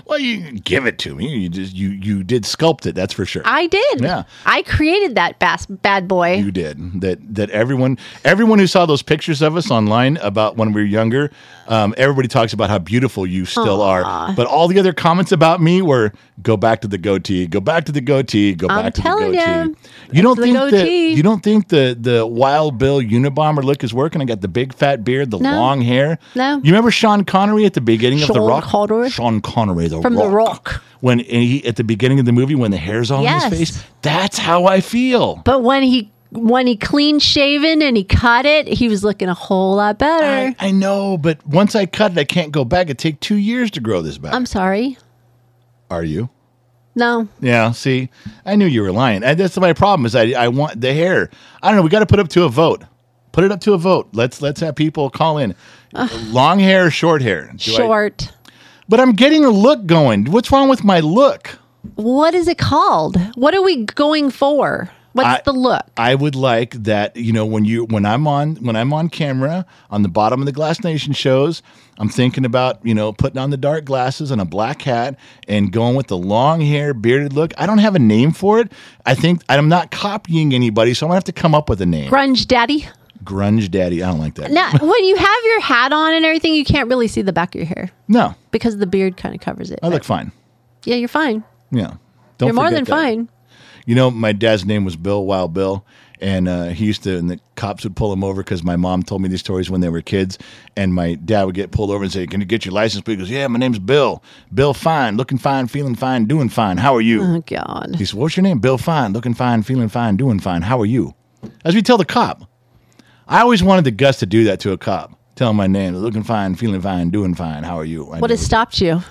[SPEAKER 1] Well, you give it to me. You just you you did sculpt it. That's for sure.
[SPEAKER 3] I did.
[SPEAKER 1] Yeah.
[SPEAKER 3] I created that bas- bad boy.
[SPEAKER 1] you did that that everyone everyone who saw those pictures of us online about when we were younger um, everybody talks about how beautiful you still are but all the other comments about me were go back to the goatee go back to the goatee go
[SPEAKER 3] I'm
[SPEAKER 1] back to the
[SPEAKER 3] telling
[SPEAKER 1] goatee
[SPEAKER 3] ya,
[SPEAKER 1] you don't
[SPEAKER 3] the
[SPEAKER 1] think that
[SPEAKER 3] goatee.
[SPEAKER 1] you don't think the the wild bill unibomber look is working i got the big fat beard the
[SPEAKER 3] No.
[SPEAKER 1] long hair
[SPEAKER 3] No.
[SPEAKER 1] you remember sean connery at the beginning of the
[SPEAKER 3] Sean
[SPEAKER 1] rock
[SPEAKER 3] Connery.
[SPEAKER 1] sean connery the
[SPEAKER 3] From The
[SPEAKER 1] rock.
[SPEAKER 3] Rock.
[SPEAKER 1] when he at the beginning of the movie when the hair's all on
[SPEAKER 3] Yes.
[SPEAKER 1] his face that's how i feel
[SPEAKER 3] But when he when he clean shaven and he cut it, he was looking a whole lot better.
[SPEAKER 1] I, I know, but once I cut it, I can't go back. It take two years to grow this back.
[SPEAKER 3] I'm sorry.
[SPEAKER 1] Are you?
[SPEAKER 3] No.
[SPEAKER 1] Yeah. See, I knew you were lying. And that's my problem. Is I I want the hair. I don't know. We got to put up to a vote. Put it up to a vote. Let's let's have people call in. Long hair, or short hair. Do I-
[SPEAKER 3] Short.
[SPEAKER 1] but I'm getting a look going. What's wrong with my look?
[SPEAKER 3] what is it called? What are we going for? What's
[SPEAKER 1] I-
[SPEAKER 3] the look?
[SPEAKER 1] I would like that, you know, when you when I'm on when I'm on camera on the bottom of the Glass Nation shows, I'm thinking about, you know, putting on the dark glasses and a black hat and going with the long hair, bearded look. I don't have a name for it. I think I'm not copying anybody, so I'm gonna have to come up with a name.
[SPEAKER 3] Grunge daddy?
[SPEAKER 1] Grunge Daddy. I don't like that.
[SPEAKER 3] Now, when you have your hat on and everything, you can't really see the back of your hair
[SPEAKER 1] No,
[SPEAKER 3] because the beard kind of covers it.
[SPEAKER 1] I
[SPEAKER 3] but-
[SPEAKER 1] look fine.
[SPEAKER 3] yeah, you're fine.
[SPEAKER 1] Yeah. Don't
[SPEAKER 3] You're more than
[SPEAKER 1] forget that.
[SPEAKER 3] fine.
[SPEAKER 1] You know, my dad's name was Bill Wild Bill, and uh, he used to, and the cops would pull him over because my mom told me these stories when they were kids. And my dad would get pulled over and say, "Can you get your license?" plate?" He goes, "Yeah, my name's Bill. Bill Fine, looking fine, feeling fine, doing fine. How are you?"
[SPEAKER 3] Oh God.
[SPEAKER 1] He said, "What's your name?" Bill Fine, looking fine, feeling fine, doing fine. How are you? As we tell the cop, I always wanted the guts to do that to a cop. Tell him my name, looking fine, feeling fine, doing fine. How are you? I
[SPEAKER 3] What
[SPEAKER 1] never-
[SPEAKER 3] has stopped you?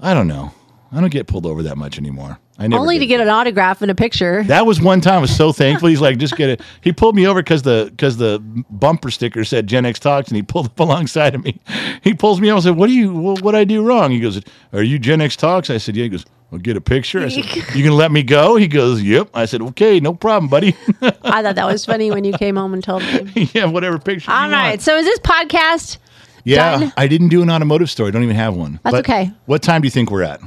[SPEAKER 1] I don't know. I don't get pulled over that much anymore. I never
[SPEAKER 3] Only
[SPEAKER 1] did.
[SPEAKER 3] to get an autograph and a picture.
[SPEAKER 1] That was one time. I was so thankful. He's like, just get it. He pulled me over because the because the bumper sticker said Gen X Talks, and he pulled up alongside of me. He pulls me over and said, "What do you? What would I do wrong?" He goes, "Are you Gen X Talks?" I said, "Yeah." He goes, "Well, get a picture." I said, "You gonna let me go?" He goes, "Yep." I said, "Okay, no problem, buddy.
[SPEAKER 3] I thought that was funny when you came home and told me.
[SPEAKER 1] yeah, whatever picture."
[SPEAKER 3] All
[SPEAKER 1] you
[SPEAKER 3] right.
[SPEAKER 1] want."
[SPEAKER 3] So is this podcast?
[SPEAKER 1] Yeah,
[SPEAKER 3] done.
[SPEAKER 1] I didn't do an automotive story. I don't even have one.
[SPEAKER 3] That's okay.
[SPEAKER 1] What time do you think we're at?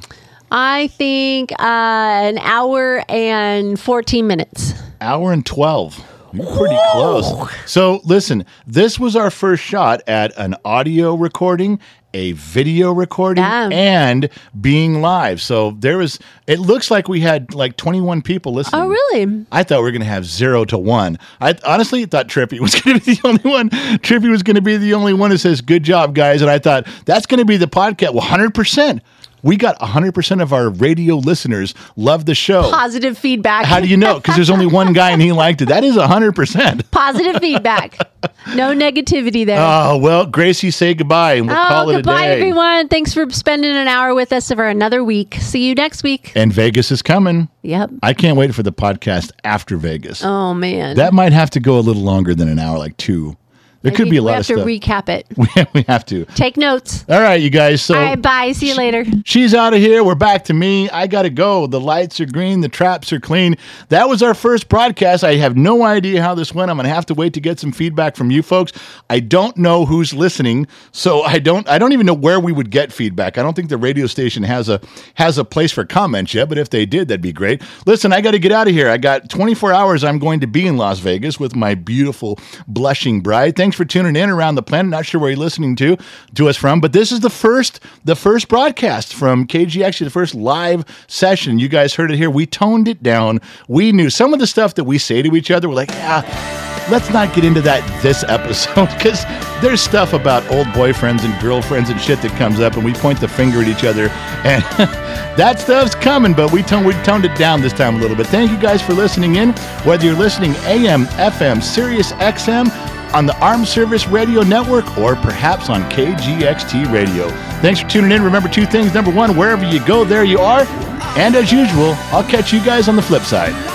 [SPEAKER 3] I think uh, an hour and 14 minutes.
[SPEAKER 1] hour and 12 you're pretty close so listen this was our first shot at an audio recording a video recording
[SPEAKER 3] Yeah.
[SPEAKER 1] and being live so there was it looks like we had like 21 people listening
[SPEAKER 3] Oh, really?
[SPEAKER 1] I thought we were going to have zero to one. I honestly thought Trippy was going to be the only one. Trippy was going to be the only one who says, Good job, guys. And I thought that's going to be the podcast. Well, 100%. We got 100% of our radio listeners love the show.
[SPEAKER 3] Positive feedback.
[SPEAKER 1] How do you know? Because there's only one guy and he liked it. That is 100%.
[SPEAKER 3] Positive feedback. No negativity there.
[SPEAKER 1] Oh, well, Gracie, say goodbye and we'll
[SPEAKER 3] oh,
[SPEAKER 1] call it
[SPEAKER 3] goodbye,
[SPEAKER 1] a day.
[SPEAKER 3] everyone. Thanks for spending an hour with us for another week. See you next week.
[SPEAKER 1] And Vegas is coming.
[SPEAKER 3] Yep.
[SPEAKER 1] I can't wait for the podcast after Vegas.
[SPEAKER 3] Oh, man.
[SPEAKER 1] That might have to go a little longer than an hour, like two. There could be a
[SPEAKER 3] we
[SPEAKER 1] lot
[SPEAKER 3] have
[SPEAKER 1] of stuff.
[SPEAKER 3] to recap it.
[SPEAKER 1] we have to.
[SPEAKER 3] Take notes.
[SPEAKER 1] All right, you guys. So
[SPEAKER 3] All right. Bye. See you later.
[SPEAKER 1] she's out of here. We're back to me. I got to go. The lights are green. The traps are clean. That was our first broadcast. I have no idea how this went. I'm going to have to wait to get some feedback from you folks. I don't know who's listening, so I don't I don't even know where we would get feedback. I don't think the radio station has a has a place for comments yet, but if they did, that'd be great. Listen, I got to get out of here. I got 24 hours I'm going to be in Las Vegas with my beautiful blushing bride. Thanks for tuning in around the planet. Not sure where you're listening to to us from, but this is the first the first broadcast from KG actually the first live session. You guys heard it here. We toned it down. We knew some of the stuff that we say to each other. We're like, yeah, let's not get into that this episode because there's stuff about old boyfriends and girlfriends and shit that comes up, and we point the finger at each other and. That stuff's coming, but we toned, we toned it down this time a little bit. Thank you guys for listening in. Whether you're listening AM, FM, Sirius XM, on the Armed Service Radio Network, or perhaps on KGXT Radio. Thanks for tuning in. Remember two things. Number one, wherever you go, there you are. And as usual, I'll catch you guys on the flip side.